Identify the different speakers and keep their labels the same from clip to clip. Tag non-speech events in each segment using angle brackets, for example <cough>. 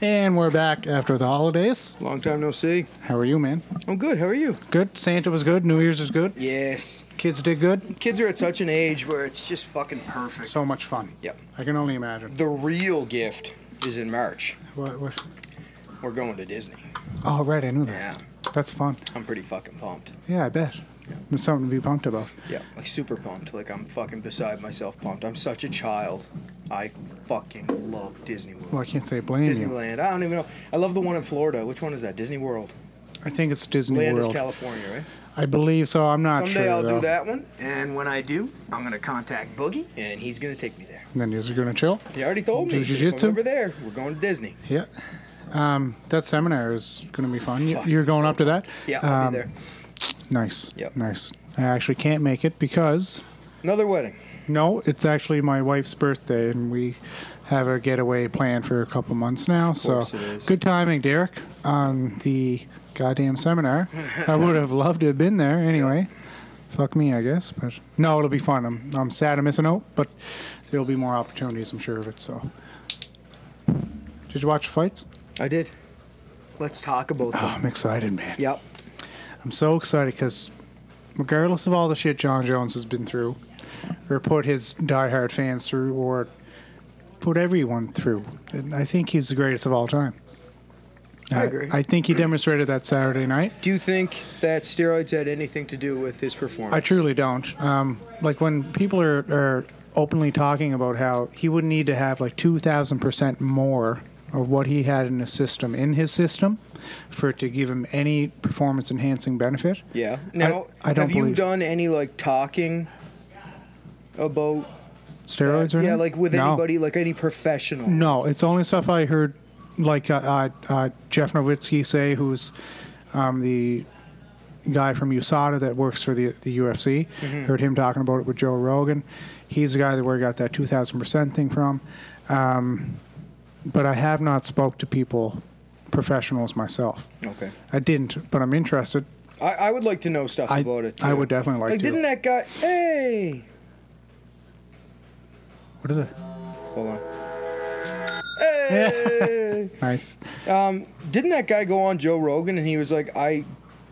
Speaker 1: And we're back after the holidays.
Speaker 2: Long time no see.
Speaker 1: How are you, man?
Speaker 2: I'm good. How are you?
Speaker 1: Good. Santa was good. New Year's was good.
Speaker 2: Yes.
Speaker 1: Kids did good.
Speaker 2: Kids are at such an age where it's just fucking perfect.
Speaker 1: So much fun.
Speaker 2: Yep.
Speaker 1: I can only imagine.
Speaker 2: the real gift is in March.
Speaker 1: What, what?
Speaker 2: We're going to Disney.
Speaker 1: Oh, right. I knew that.
Speaker 2: Yeah.
Speaker 1: That's fun.
Speaker 2: I'm pretty fucking pumped.
Speaker 1: Yeah, I bet. It's something to be pumped about.
Speaker 2: Yeah. Like super pumped. Like I'm fucking beside myself pumped. I'm such a child. I fucking love Disney World.
Speaker 1: Well, I can't say blame you.
Speaker 2: Disneyland. I don't even know. I love the one in Florida. Which one is that? Disney World.
Speaker 1: I think it's Disney
Speaker 2: Land
Speaker 1: World.
Speaker 2: is California, right?
Speaker 1: I believe so. I'm not
Speaker 2: Someday
Speaker 1: sure.
Speaker 2: I'll
Speaker 1: though.
Speaker 2: do that one. And when I do, I'm gonna contact Boogie, and he's gonna take me there.
Speaker 1: And then you're going to chill.
Speaker 2: He already told me.
Speaker 1: Do
Speaker 2: he said,
Speaker 1: jujitsu?
Speaker 2: "Come over there. We're going to Disney.
Speaker 1: Yeah. Um, that seminar is going to be fun. You,
Speaker 2: Fuck,
Speaker 1: you're
Speaker 2: I'm
Speaker 1: going
Speaker 2: so
Speaker 1: up to that?
Speaker 2: Yeah, I'll
Speaker 1: Um,
Speaker 2: be there.
Speaker 1: Nice.
Speaker 2: Yep.
Speaker 1: Nice. I actually can't make it because
Speaker 2: Another wedding.
Speaker 1: no, it's actually my wife's birthday, and we have a getaway planned for a couple months now. So
Speaker 2: course it is.
Speaker 1: good timing, Derek, on the goddamn seminar. I would have loved to have been there anyway. Fuck me, I guess. But no, it'll be fun. I'm, I'm sad I'm missing out, but there'll be more opportunities, I'm sure of it. So, did you watch the fights?
Speaker 2: I did. Let's talk about
Speaker 1: Oh,
Speaker 2: them.
Speaker 1: I'm excited, man.
Speaker 2: Yep.
Speaker 1: I'm so excited because, regardless of all the shit John Jones has been through, or put his diehard fans through, or put everyone through, and I think he's the greatest of all time.
Speaker 2: I agree.
Speaker 1: I think he demonstrated that Saturday night.
Speaker 2: Do you think that steroids had anything to do with his performance?
Speaker 1: I truly don't. Um, like when people are, are openly talking about how he would need to have like 2,000% more of what he had in his system, in his system, for it to give him any performance enhancing benefit.
Speaker 2: Yeah. Now,
Speaker 1: I don't
Speaker 2: have you
Speaker 1: believe-
Speaker 2: done any like talking about?
Speaker 1: Steroids or
Speaker 2: yeah,
Speaker 1: anything?
Speaker 2: like with
Speaker 1: No.
Speaker 2: anybody, like any professional.
Speaker 1: No, it's only stuff I heard, like uh, uh, uh, Jeff Nowitzki say, who's um, the guy from USADA that works for the the UFC.
Speaker 2: Mm-hmm.
Speaker 1: Heard him talking about it with Joe Rogan. He's the guy that where I got that two thousand percent thing from. Um, but I have not spoke to people, professionals myself.
Speaker 2: Okay.
Speaker 1: I didn't, but I'm interested.
Speaker 2: I, I would like to know stuff
Speaker 1: I,
Speaker 2: about it. Too.
Speaker 1: I would definitely like,
Speaker 2: Like,
Speaker 1: to.
Speaker 2: didn't that guy? Hey.
Speaker 1: what is it?
Speaker 2: Hold
Speaker 1: <laughs>
Speaker 2: on. Hey.
Speaker 1: Nice.
Speaker 2: um, didn't that guy go on Joe Rogan and he was like, I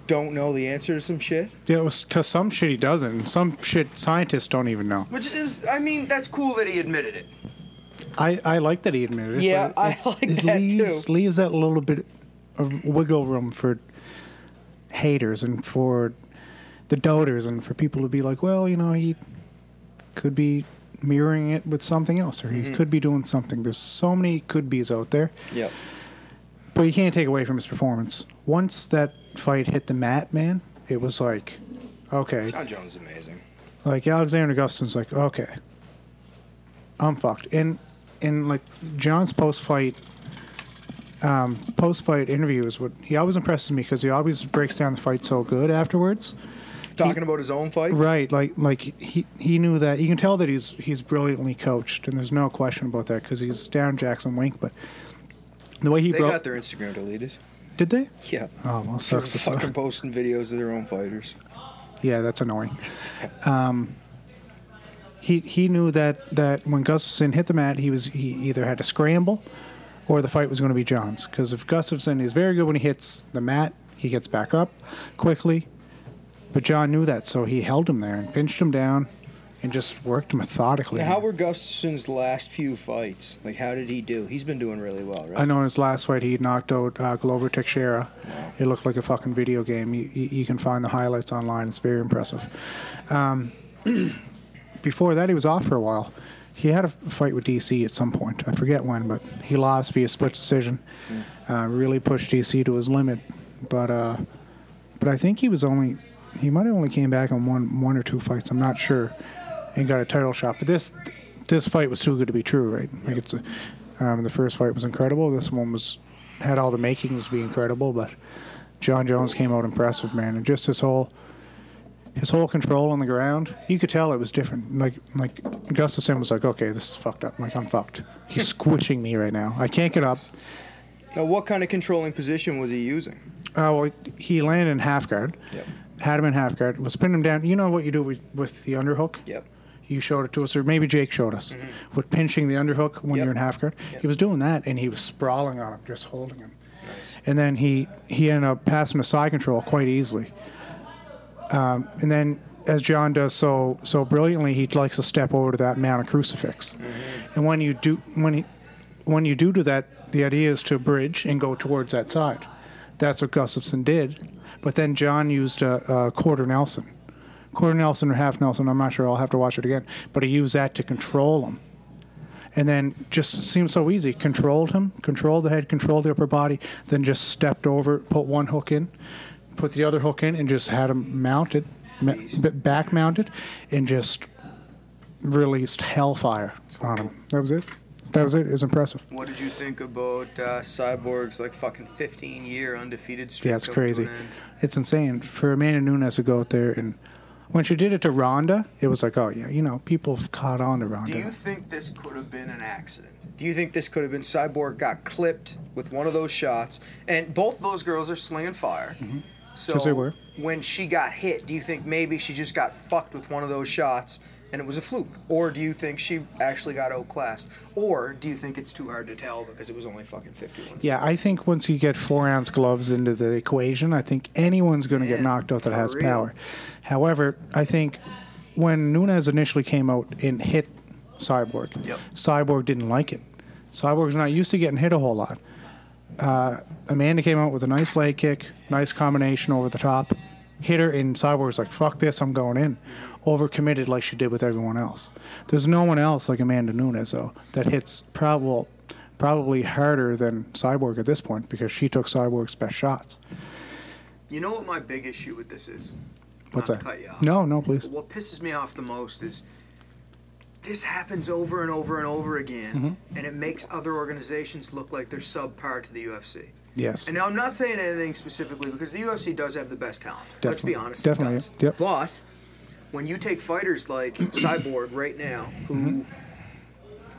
Speaker 2: don't know the answer to some shit?
Speaker 1: Yeah, it was to some shit he doesn't. Some shit scientists don't even know.
Speaker 2: Which is, I mean, that's cool that he admitted it.
Speaker 1: I, I like that he admitted it.
Speaker 2: Yeah,
Speaker 1: but
Speaker 2: I
Speaker 1: it-
Speaker 2: like
Speaker 1: it
Speaker 2: that
Speaker 1: leaves,
Speaker 2: too.
Speaker 1: Leaves that little bit of wiggle room for haters and for the doubters and for people to be like, well, you know, he could be mirroring it with something else or he
Speaker 2: Mm-hmm.
Speaker 1: could be doing something. There's so many could be's out there,
Speaker 2: Yep.
Speaker 1: but you can't take away from his performance. Once that fight hit the mat, man, it was like, okay,
Speaker 2: John Jones is amazing.
Speaker 1: like Alexander Gustin's like, okay, I'm fucked. And and like John's post fight, um, post fight interview is what he always impresses me because he always breaks down the fight so good afterwards.
Speaker 2: Talking about his own fight?
Speaker 1: Right, like like he he knew that you can tell that he's he's brilliantly coached and there's no question about that because he's down Jackson Wink, but the way he
Speaker 2: They
Speaker 1: broke
Speaker 2: got their Instagram deleted.
Speaker 1: did they?
Speaker 2: Yeah.
Speaker 1: Oh well,
Speaker 2: They're
Speaker 1: sucks. to suck.
Speaker 2: fucking posting videos of their own fighters.
Speaker 1: Yeah, that's annoying. Um, he he knew that that when Gustafson hit the mat, he was he either had to scramble, or the fight was going to be John's. Because if Gustafson is very good when he hits the mat, he gets back up quickly. But John knew that, so he held him there and pinched him down, and just worked methodically.
Speaker 2: Now, how were Gustafson's last few fights? Like, how did he do? He's been doing really well, right?
Speaker 1: I know in his last fight he knocked out uh, Glover Teixeira. It looked like a fucking video game. You, you, you can find the highlights online. It's very impressive. Um, <clears throat> before that, he was off for a while. He had a fight with DC at some point. I forget when, but he lost via split decision. Uh, really pushed DC to his limit, but uh, but I think he was only he might have only came back on one one or two fights. I'm not sure, and got a title shot. But this this fight was too good to be true, right? Like it's a, um, the first fight was incredible. This one was had all the makings to be incredible, but John Jones came out impressive, man, and just his whole his whole control on the ground. You could tell it was different. Like like Gustafson was like, okay, this is fucked up. Like I'm fucked. He's squishing me right now. I can't get up.
Speaker 2: Now, what kind of controlling position was he using?
Speaker 1: Oh, well, he landed in half guard.
Speaker 2: Yep.
Speaker 1: Had him in half guard. Was pinning him down. You know what you do with, with the underhook.
Speaker 2: Yep.
Speaker 1: you showed it to us, or maybe Jake showed us, with pinching the underhook when
Speaker 2: Mm-hmm. Yep.
Speaker 1: you're in half guard.
Speaker 2: Yep.
Speaker 1: He was doing that, and he was sprawling on him, just holding him.
Speaker 2: Nice.
Speaker 1: And then he he ended up passing a side control quite easily. Um, and then, as John does so so brilliantly, he likes to step over to that mount a crucifix.
Speaker 2: Mm-hmm.
Speaker 1: And when you do when he when you do do that, the idea is to bridge and go towards that side. That's what Gustafson did. But then John used a, a quarter Nelson, quarter Nelson or half Nelson. I'm not sure. I'll have to watch it again. But he used that to control him, and then just seemed so easy. Controlled him, controlled the head, controlled the upper body. Then just stepped over, put one hook in, put the other hook in, and just had him mounted, ma-
Speaker 2: Beast.
Speaker 1: b- back mounted, and just released hellfire on him. That was it. That was it. It was impressive.
Speaker 2: What did you think about uh, Cyborg's like fucking 15 year undefeated streak?
Speaker 1: Yeah, it's
Speaker 2: coming to
Speaker 1: crazy.
Speaker 2: an end?
Speaker 1: It's insane for Amanda Nunes to go out there and when she did it to Rhonda, it was like, oh yeah, you know, people have caught on to Rhonda.
Speaker 2: Do you think this could have been an accident? Do you think this could have been Cyborg got clipped with one of those shots? And both those girls are slinging fire. So
Speaker 1: Mm-hmm. Yes, they were.
Speaker 2: when she got hit, do you think maybe she just got fucked with one of those shots and it was a fluke? Or do you think she actually got outclassed? Or do you think it's too hard to tell because it was only fucking 51
Speaker 1: yeah, I think once you get four ounce gloves into the equation, I think anyone's going to get
Speaker 2: Man,
Speaker 1: knocked out that
Speaker 2: for
Speaker 1: has
Speaker 2: real.
Speaker 1: power. However, I think when Nunes initially came out and hit Cyborg,
Speaker 2: Yep.
Speaker 1: Cyborg didn't like it. Cyborg's not used to getting hit a whole lot. Uh, Amanda came out with a nice leg kick, nice combination over the top, hit her, and Cyborg's like, fuck this, I'm going in. Overcommitted like she did with everyone else. There's no one else like Amanda Nunes, though, that hits prob- well, probably harder than Cyborg at this point because she took Cyborg's best shots.
Speaker 2: You know what my big issue with this is?
Speaker 1: What's
Speaker 2: Not
Speaker 1: that?
Speaker 2: to cut you off.
Speaker 1: No, no, please.
Speaker 2: What pisses me off the most is this happens over and over and over again,
Speaker 1: Mm-hmm.
Speaker 2: and it makes other organizations look like they're subpar to the UFC.
Speaker 1: Yes.
Speaker 2: And now I'm not saying anything specifically because the UFC does have the best talent. Let's be
Speaker 1: Definitely.
Speaker 2: honest.
Speaker 1: Definitely,
Speaker 2: It does.
Speaker 1: yep.
Speaker 2: But when you take
Speaker 1: <clears throat>
Speaker 2: fighters like Cyborg right now, who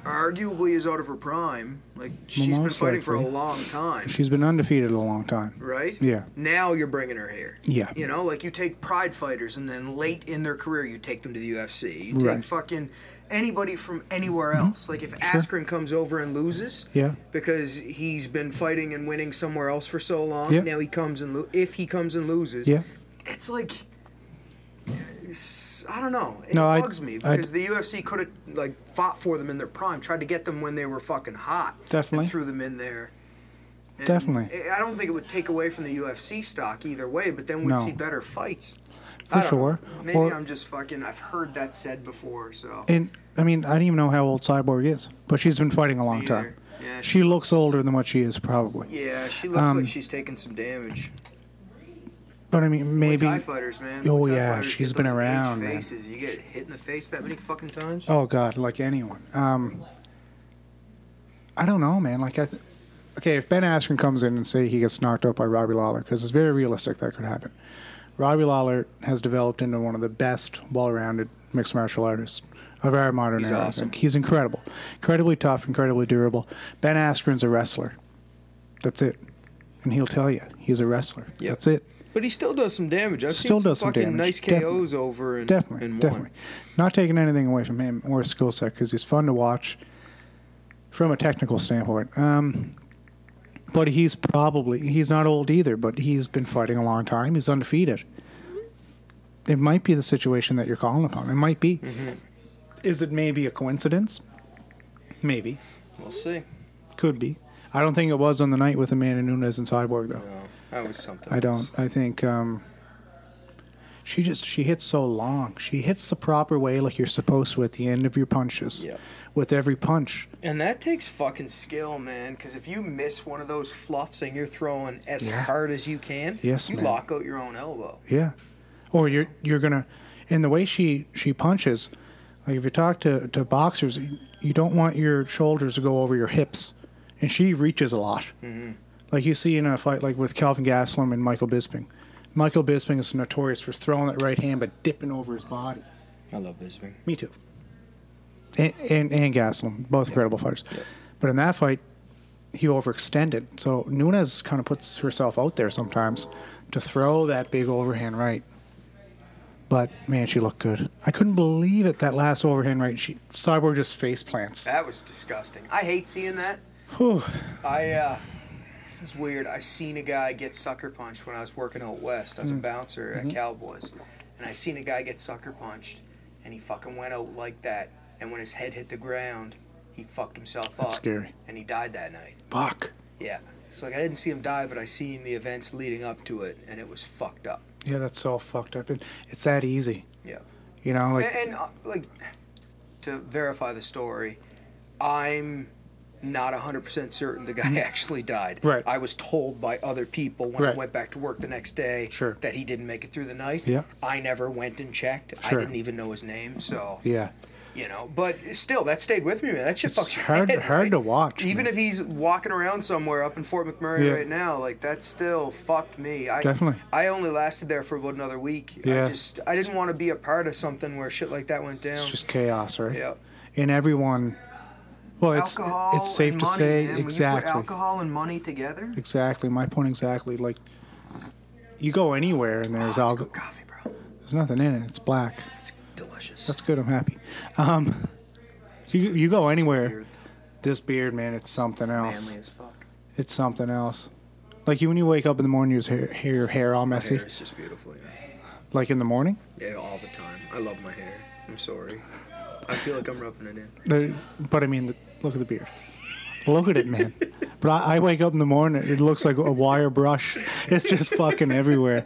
Speaker 1: Mm-hmm.
Speaker 2: arguably is out of her prime, like she's been
Speaker 1: most
Speaker 2: fighting for a
Speaker 1: likely.
Speaker 2: long time
Speaker 1: She's been undefeated a long time.
Speaker 2: right?
Speaker 1: Yeah.
Speaker 2: Now you're bringing her here.
Speaker 1: Yeah.
Speaker 2: You know, like you take pride fighters and then late in their career you take them to the UFC. You take
Speaker 1: Right. Mm-hmm.
Speaker 2: fucking anybody from anywhere else. Like if Askren comes over and loses
Speaker 1: Yeah.
Speaker 2: because he's been fighting and winning somewhere else for so long,
Speaker 1: Yeah.
Speaker 2: now he comes and lo- if he comes and loses,
Speaker 1: Yeah.
Speaker 2: it's like it's- I don't know. It
Speaker 1: No, I-
Speaker 2: bugs me
Speaker 1: I-
Speaker 2: because the UFC could have like fought for them in their prime, tried to get them when they were fucking hot, and
Speaker 1: Definitely.
Speaker 2: threw them in there. And
Speaker 1: Definitely.
Speaker 2: I- I don't think it would take away from the UFC stock either way, but then
Speaker 1: No.
Speaker 2: we'd see better fights.
Speaker 1: For
Speaker 2: I don't know.
Speaker 1: sure.
Speaker 2: Maybe
Speaker 1: Or-
Speaker 2: I'm just fucking. I've heard that said before, so.
Speaker 1: And, I mean, I don't even know how old Cyborg is, but she's been fighting a long
Speaker 2: Me
Speaker 1: time.
Speaker 2: either. Yeah,
Speaker 1: She looks older than what she is, probably.
Speaker 2: Yeah, she looks
Speaker 1: Um,
Speaker 2: like she's taking some damage.
Speaker 1: But I mean, maybe.
Speaker 2: Muay Thai fighters, man.
Speaker 1: Oh,
Speaker 2: Muay Thai
Speaker 1: yeah,
Speaker 2: fighters
Speaker 1: she's
Speaker 2: get
Speaker 1: been
Speaker 2: those aged
Speaker 1: around, man.
Speaker 2: Faces. You get hit in the face that many fucking times.
Speaker 1: Oh God, like anyone. Um, I don't know, man. Like I, th- okay, if Ben Askren comes in and say he gets knocked out by Robbie Lawler, because it's very realistic that could happen. Robbie Lawler has developed into one of the best, well-rounded mixed martial artists of our modern
Speaker 2: He's
Speaker 1: era. I
Speaker 2: awesome.
Speaker 1: think he's incredible, incredibly tough, incredibly durable. Ben Askren's a wrestler. That's it, and he'll tell you he's a wrestler.
Speaker 2: Yep.
Speaker 1: That's it.
Speaker 2: But he still does some damage. I've
Speaker 1: Still
Speaker 2: seen some
Speaker 1: does some
Speaker 2: fucking
Speaker 1: damage,
Speaker 2: nice KOs
Speaker 1: definitely.
Speaker 2: over and
Speaker 1: Definitely,
Speaker 2: and
Speaker 1: definitely.
Speaker 2: one.
Speaker 1: Not taking anything away from him or his skill set because he's fun to watch from a technical standpoint. Um, but he's probably he's not old either, but he's been fighting a long time. He's undefeated. It might be the situation that you're calling upon. It might be. Is it maybe a coincidence? Maybe.
Speaker 2: We'll see.
Speaker 1: Could be. I don't think it was on the night with Amanda Nunes and Cyborg though.
Speaker 2: No, Oh, that was something.
Speaker 1: I don't.
Speaker 2: else.
Speaker 1: I think um, she just she hits so long. She hits the proper way, like you're supposed to, at the end of your punches.
Speaker 2: Yeah.
Speaker 1: With every punch,
Speaker 2: And that takes fucking skill, man. Because if you miss one of those fluffs and you're throwing as
Speaker 1: Yeah.
Speaker 2: hard as you can,
Speaker 1: Yes,
Speaker 2: you
Speaker 1: man.
Speaker 2: lock out your own elbow.
Speaker 1: yeah. Or you're you're gonna, and the way she she punches, like if you talk to to boxers, you- you don't want your shoulders to go over your hips, and she reaches a lot. Like you see in a fight like with Calvin Gaslam and Michael Bisping. Michael Bisping is notorious for throwing that right hand but dipping over his body.
Speaker 2: I love Bisping.
Speaker 1: Me too. And and, and Gaslam, both incredible fighters. But in that fight, he overextended. So Nunes kind of puts herself out there sometimes to throw that big overhand right. But man, she looked good. I couldn't believe it that last overhand right. She Cyborg just face plants.
Speaker 2: That was disgusting. I hate seeing that.
Speaker 1: Whew.
Speaker 2: I uh this is weird. I seen a guy get sucker punched when I was working out west. I was a
Speaker 1: Mm.
Speaker 2: bouncer
Speaker 1: Mm-hmm.
Speaker 2: at Cowboys. And I seen a guy get sucker punched and he fucking went out like that and when his head hit the ground, he fucked himself
Speaker 1: That's
Speaker 2: up.
Speaker 1: scary.
Speaker 2: And he died that night.
Speaker 1: Fuck.
Speaker 2: Yeah. So like I didn't see him die, but I seen the events leading up to it and it was fucked up.
Speaker 1: Yeah, that's all fucked up. It, it's that easy.
Speaker 2: Yeah.
Speaker 1: You know, like
Speaker 2: and, and uh, like to verify the story i'm not 100% certain the guy actually died
Speaker 1: Mm-hmm. Right.
Speaker 2: i was told by other people when i
Speaker 1: Right.
Speaker 2: went back to work the next day
Speaker 1: Sure.
Speaker 2: that he didn't make it through the night
Speaker 1: Yeah.
Speaker 2: i never went and checked i
Speaker 1: Sure.
Speaker 2: didn't even know his name so
Speaker 1: yeah.
Speaker 2: you know but still that stayed with me man that shit
Speaker 1: It's
Speaker 2: fucks your
Speaker 1: hard-
Speaker 2: head,
Speaker 1: hard to watch,
Speaker 2: even
Speaker 1: man.
Speaker 2: if he's walking around somewhere up in fort mcmurray
Speaker 1: Yeah.
Speaker 2: right now like that still fucked me I,
Speaker 1: Definitely.
Speaker 2: I only lasted there for about another week i
Speaker 1: Yeah.
Speaker 2: just i didn't want to be a part of something where shit like that went down
Speaker 1: It's just chaos, right?
Speaker 2: yeah
Speaker 1: And everyone Well, it's
Speaker 2: alcohol
Speaker 1: it's safe
Speaker 2: and
Speaker 1: to
Speaker 2: money,
Speaker 1: say
Speaker 2: man. When you put
Speaker 1: exactly.
Speaker 2: alcohol and money together.
Speaker 1: Exactly. My point exactly. Like you go anywhere and there's
Speaker 2: Oh, it's
Speaker 1: alcohol.
Speaker 2: good coffee, bro.
Speaker 1: There's nothing in it. It's black.
Speaker 2: It's delicious.
Speaker 1: That's good. I'm happy. Um, so you, you go anywhere.
Speaker 2: Beard,
Speaker 1: This beard, man, it's something else.
Speaker 2: manly as fuck.
Speaker 1: It's something else. Like you, when you wake up in the morning, you hear, hear your hair all
Speaker 2: My
Speaker 1: messy.
Speaker 2: hair is just beautiful. Yeah.
Speaker 1: Like in the morning,
Speaker 2: yeah, all the time. I love my hair. I'm sorry. I feel like I'm rubbing it in.
Speaker 1: There- but I mean, the, look at the beard. Look at it, man. But I, I wake up in the morning, it looks like a wire brush. It's just fucking everywhere.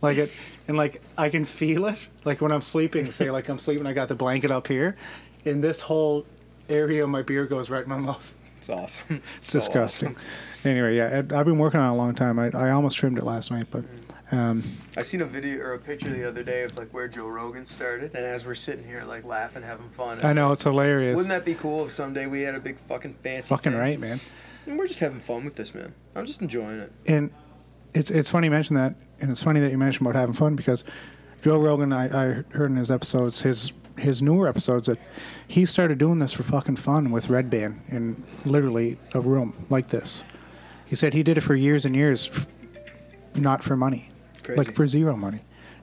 Speaker 1: Like it, and like I can feel it. Like when I'm sleeping, say like I'm sleeping, I got the blanket up here, and this whole area of my beard goes right in my mouth.
Speaker 2: It's awesome.
Speaker 1: <laughs> It's disgusting. Anyway, yeah, Ed, I've been working on it a long time. I, I almost trimmed it last night, but um,
Speaker 2: I seen a video or a picture the other day of like where Joe Rogan started, and as we're sitting here like laughing, having fun.
Speaker 1: I know it's hilarious.
Speaker 2: Wouldn't that be cool if someday we had a big fucking fancy?
Speaker 1: Fucking
Speaker 2: thing?
Speaker 1: right, man.
Speaker 2: And we're just having fun with this, man. I'm just enjoying it.
Speaker 1: And it's it's funny you mention that, and it's funny that you mentioned about having fun because Joe Rogan, I, I heard in his episodes, his his newer episodes that he started doing this for fucking fun with Red Band in literally a room like this. He said he did it for years and years, f- not for money,
Speaker 2: Crazy.
Speaker 1: like for zero money,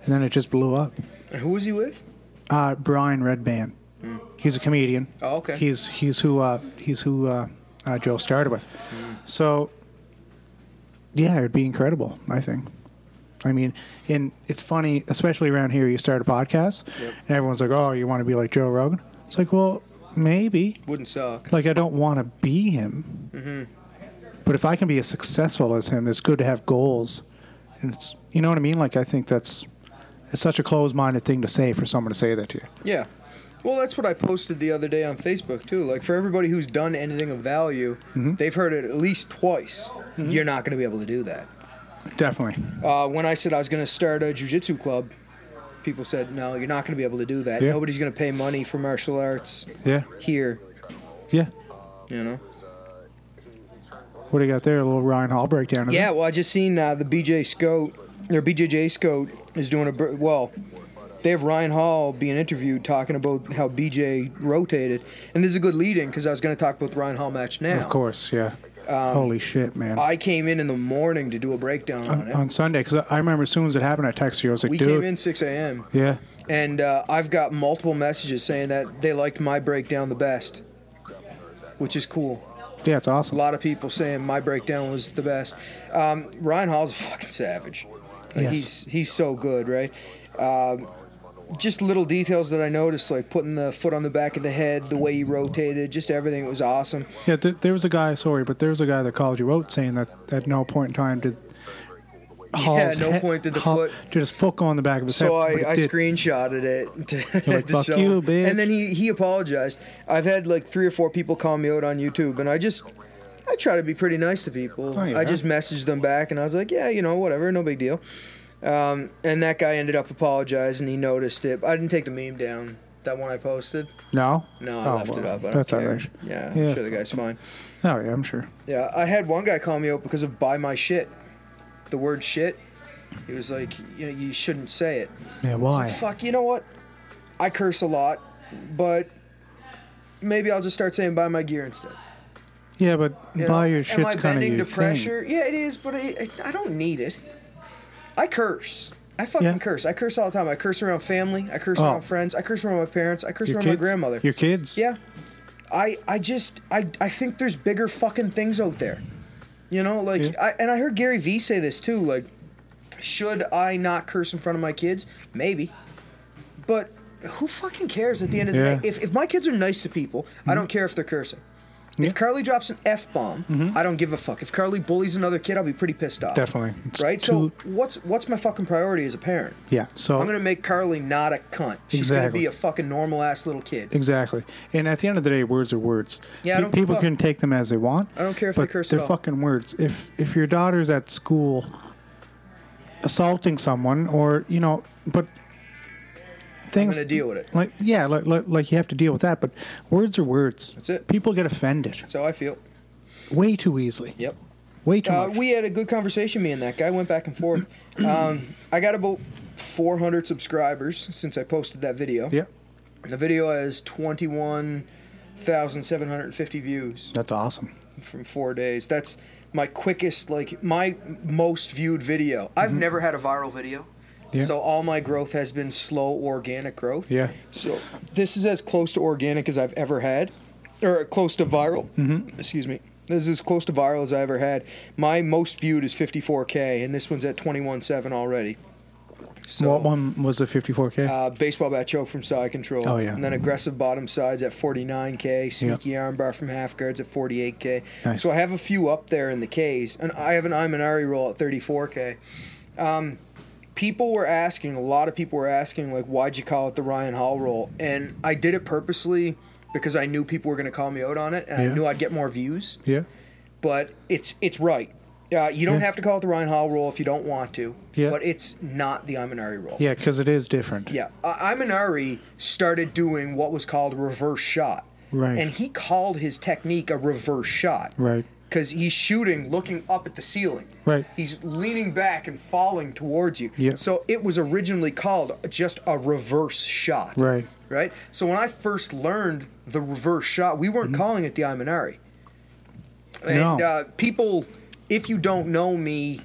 Speaker 1: and then it just blew up.
Speaker 2: And who was he with?
Speaker 1: Uh, Brian Redband. He's a comedian.
Speaker 2: Hmm. Oh, okay.
Speaker 1: He's he's who uh, he's who uh, uh, Joe started with.
Speaker 2: Hmm.
Speaker 1: So, yeah, it'd be incredible. I think. I mean, and it's funny, especially around here. You start a podcast,
Speaker 2: Yep.
Speaker 1: and everyone's like, "Oh, you want to be like Joe Rogan?" It's like, well, maybe. <laughs>
Speaker 2: Wouldn't suck.
Speaker 1: Like, I don't want to be him.
Speaker 2: Mm-hmm.
Speaker 1: But if I can be as successful as him, it's good to have goals, and it's you know what I mean. Like, I think that's it's such a closed-minded thing to say for someone to say that to you.
Speaker 2: Yeah. Well, that's what I posted the other day on Facebook too. Like for everybody who's done anything of value,
Speaker 1: Mm-hmm.
Speaker 2: they've heard it at least twice. You're not going to be able to do that.
Speaker 1: Definitely.
Speaker 2: Uh, when I said I was going to start a jiu-jitsu club, people said, "No, you're not going to be able to do that.
Speaker 1: Yeah.
Speaker 2: Nobody's going to pay money for martial arts
Speaker 1: Yeah.
Speaker 2: here."
Speaker 1: Yeah.
Speaker 2: You know?
Speaker 1: What do you got there? A little Ryan Hall breakdown. is
Speaker 2: Yeah.
Speaker 1: it?
Speaker 2: Well, I just seen uh, the BJ Scout or BJJ Scout is doing a br- well. They have Ryan Hall being interviewed talking about how BJ rotated, and this is a good lead-in because I was going to talk about the Ryan Hall match now.
Speaker 1: Of course. Yeah. Holy shit, man.
Speaker 2: Um, I came in in the morning to do a breakdown on
Speaker 1: on,
Speaker 2: it.
Speaker 1: on Sunday, because I remember as soon as it happened, I texted you. I was like,
Speaker 2: we
Speaker 1: dude.
Speaker 2: came in 6 a.m.
Speaker 1: Yeah.
Speaker 2: and uh, I've got multiple messages saying that they liked my breakdown the best, which is cool.
Speaker 1: Yeah, it's
Speaker 2: A
Speaker 1: awesome.
Speaker 2: lot of people saying my breakdown was the best. Um, Ryan Hall's a fucking savage. Like,
Speaker 1: Yes.
Speaker 2: He's he's so good, right? Um, just little details that I noticed, like putting the foot on the back of the head, the way he rotated, just everything. It was awesome.
Speaker 1: Yeah, th- there was a guy, sorry, but there was a guy that called you out saying that at no point in time did. Hall's
Speaker 2: no
Speaker 1: he-
Speaker 2: point did the foot-
Speaker 1: Did his foot go on the back of his
Speaker 2: So
Speaker 1: head? but it
Speaker 2: I, I
Speaker 1: did.
Speaker 2: screenshotted it. <laughs> To,
Speaker 1: You're like,
Speaker 2: to
Speaker 1: "Fuck
Speaker 2: show
Speaker 1: you,
Speaker 2: him."
Speaker 1: bitch.
Speaker 2: And then he, he apologized. I've had like three or four people call me out on YouTube, and I just I try to be pretty nice to people.
Speaker 1: Oh, yeah.
Speaker 2: I just messaged them back, and I was like, yeah, you know, whatever, no big deal. Um, and that guy ended up apologizing. He noticed it. I didn't take the meme down. That one I posted.
Speaker 1: No?
Speaker 2: No, I
Speaker 1: Oh,
Speaker 2: left it
Speaker 1: well,
Speaker 2: up. I don't
Speaker 1: that's
Speaker 2: care.
Speaker 1: all right.
Speaker 2: Yeah,
Speaker 1: Yeah.
Speaker 2: I'm sure the guy's fine.
Speaker 1: Oh, yeah, I'm sure.
Speaker 2: Yeah, I had one guy call me out because of "buy my shit," the word "shit." He was like, you know, you shouldn't say it.
Speaker 1: Yeah, why?
Speaker 2: Fuck, you know what? I curse a lot, but maybe I'll just start saying buy my gear instead.
Speaker 1: Yeah, but
Speaker 2: You
Speaker 1: buy your
Speaker 2: know? Am I
Speaker 1: shit's kind of
Speaker 2: bending
Speaker 1: your
Speaker 2: to
Speaker 1: thing.
Speaker 2: pressure? Yeah, it is, but I, I- I don't need it. I curse. I fucking
Speaker 1: Yeah.
Speaker 2: curse. I curse all the time. I curse around family. I curse
Speaker 1: Oh.
Speaker 2: around friends. I curse around my parents. I curse
Speaker 1: Your
Speaker 2: around
Speaker 1: kids,
Speaker 2: my grandmother.
Speaker 1: Your kids.
Speaker 2: Yeah. I I just I I think there's bigger fucking things out there. You know, like
Speaker 1: Yeah.
Speaker 2: I and I heard Gary Vee say this too, like should I not curse in front of my kids? Maybe. But who fucking cares at the end of the
Speaker 1: Yeah. Mm-hmm.
Speaker 2: day? If if my kids are nice to people, I don't care if they're cursing.
Speaker 1: Yeah. Mm-hmm.
Speaker 2: If Carly drops an F bomb, I don't give a fuck. If Carly bullies another kid, I'll be pretty pissed off.
Speaker 1: Definitely. It's
Speaker 2: Right?
Speaker 1: too-
Speaker 2: so what's what's my fucking priority as a parent?
Speaker 1: Yeah. So
Speaker 2: I'm gonna make Carly not a cunt. She's
Speaker 1: Exactly.
Speaker 2: gonna be a fucking normal ass little kid.
Speaker 1: Exactly. And at the end of the day, words are words.
Speaker 2: Yeah, I
Speaker 1: Pe-
Speaker 2: don't give a
Speaker 1: people
Speaker 2: fuck.
Speaker 1: can take them as they want.
Speaker 2: I don't care if they
Speaker 1: but
Speaker 2: curse at
Speaker 1: They're
Speaker 2: all.
Speaker 1: fucking words. If if your daughter's at school assaulting someone, or you know, but things
Speaker 2: gonna deal with it.
Speaker 1: Like yeah, like, like like you have to deal with that. But words are words.
Speaker 2: That's it.
Speaker 1: People get offended
Speaker 2: That's how I feel.
Speaker 1: way too easily.
Speaker 2: Yep.
Speaker 1: Way too
Speaker 2: Uh,
Speaker 1: much.
Speaker 2: we had a good conversation, me and that guy. Went back and forth.
Speaker 1: <clears throat>
Speaker 2: Um, I got about 400 subscribers since I posted that video.
Speaker 1: yep.
Speaker 2: The video has 21,750 views
Speaker 1: That's awesome.
Speaker 2: from four days. That's my quickest, like, my most viewed video. I've never had a viral video.
Speaker 1: Mm-hmm. Yeah.
Speaker 2: So all my growth has been slow organic growth.
Speaker 1: Yeah.
Speaker 2: So this is as close to organic as I've ever had, or close to viral. Mm-hmm. Excuse me. This is as close to viral as I ever had. My most viewed is 54k, and this one's at 21.7 already. So
Speaker 1: what one was the 54k?
Speaker 2: Uh, baseball bat choke from side control.
Speaker 1: Oh, yeah.
Speaker 2: And then aggressive bottom sides at 49k. Sneaky arm bar from half guards at 48k.
Speaker 1: Nice.
Speaker 2: So I have a few up there in the K's, and I have an Imanari roll at 34k. Um, people were asking, a lot of people were asking, like, why'd you call it the Ryan Hall roll? And I did it purposely because I knew people were going to call me out on it, and I
Speaker 1: Yeah.
Speaker 2: knew I'd get more views
Speaker 1: yeah.
Speaker 2: but it's it's right. Uh, you don't
Speaker 1: Yeah.
Speaker 2: have to call it the Ryan Hall rule if you don't want to.
Speaker 1: Yeah.
Speaker 2: But it's not the Imanari rule.
Speaker 1: Yeah, because it is different.
Speaker 2: Yeah. Uh, Imanari started doing what was called reverse shot.
Speaker 1: Right.
Speaker 2: And he called his technique a reverse shot.
Speaker 1: Right.
Speaker 2: Because he's shooting looking up at the ceiling.
Speaker 1: Right.
Speaker 2: He's leaning back and falling towards you.
Speaker 1: Yeah.
Speaker 2: So it was originally called just a reverse shot
Speaker 1: Right.
Speaker 2: right? So when I first learned the reverse shot, we weren't calling it the Imanari. And
Speaker 1: Mm-hmm. No.
Speaker 2: uh, people, if you don't know me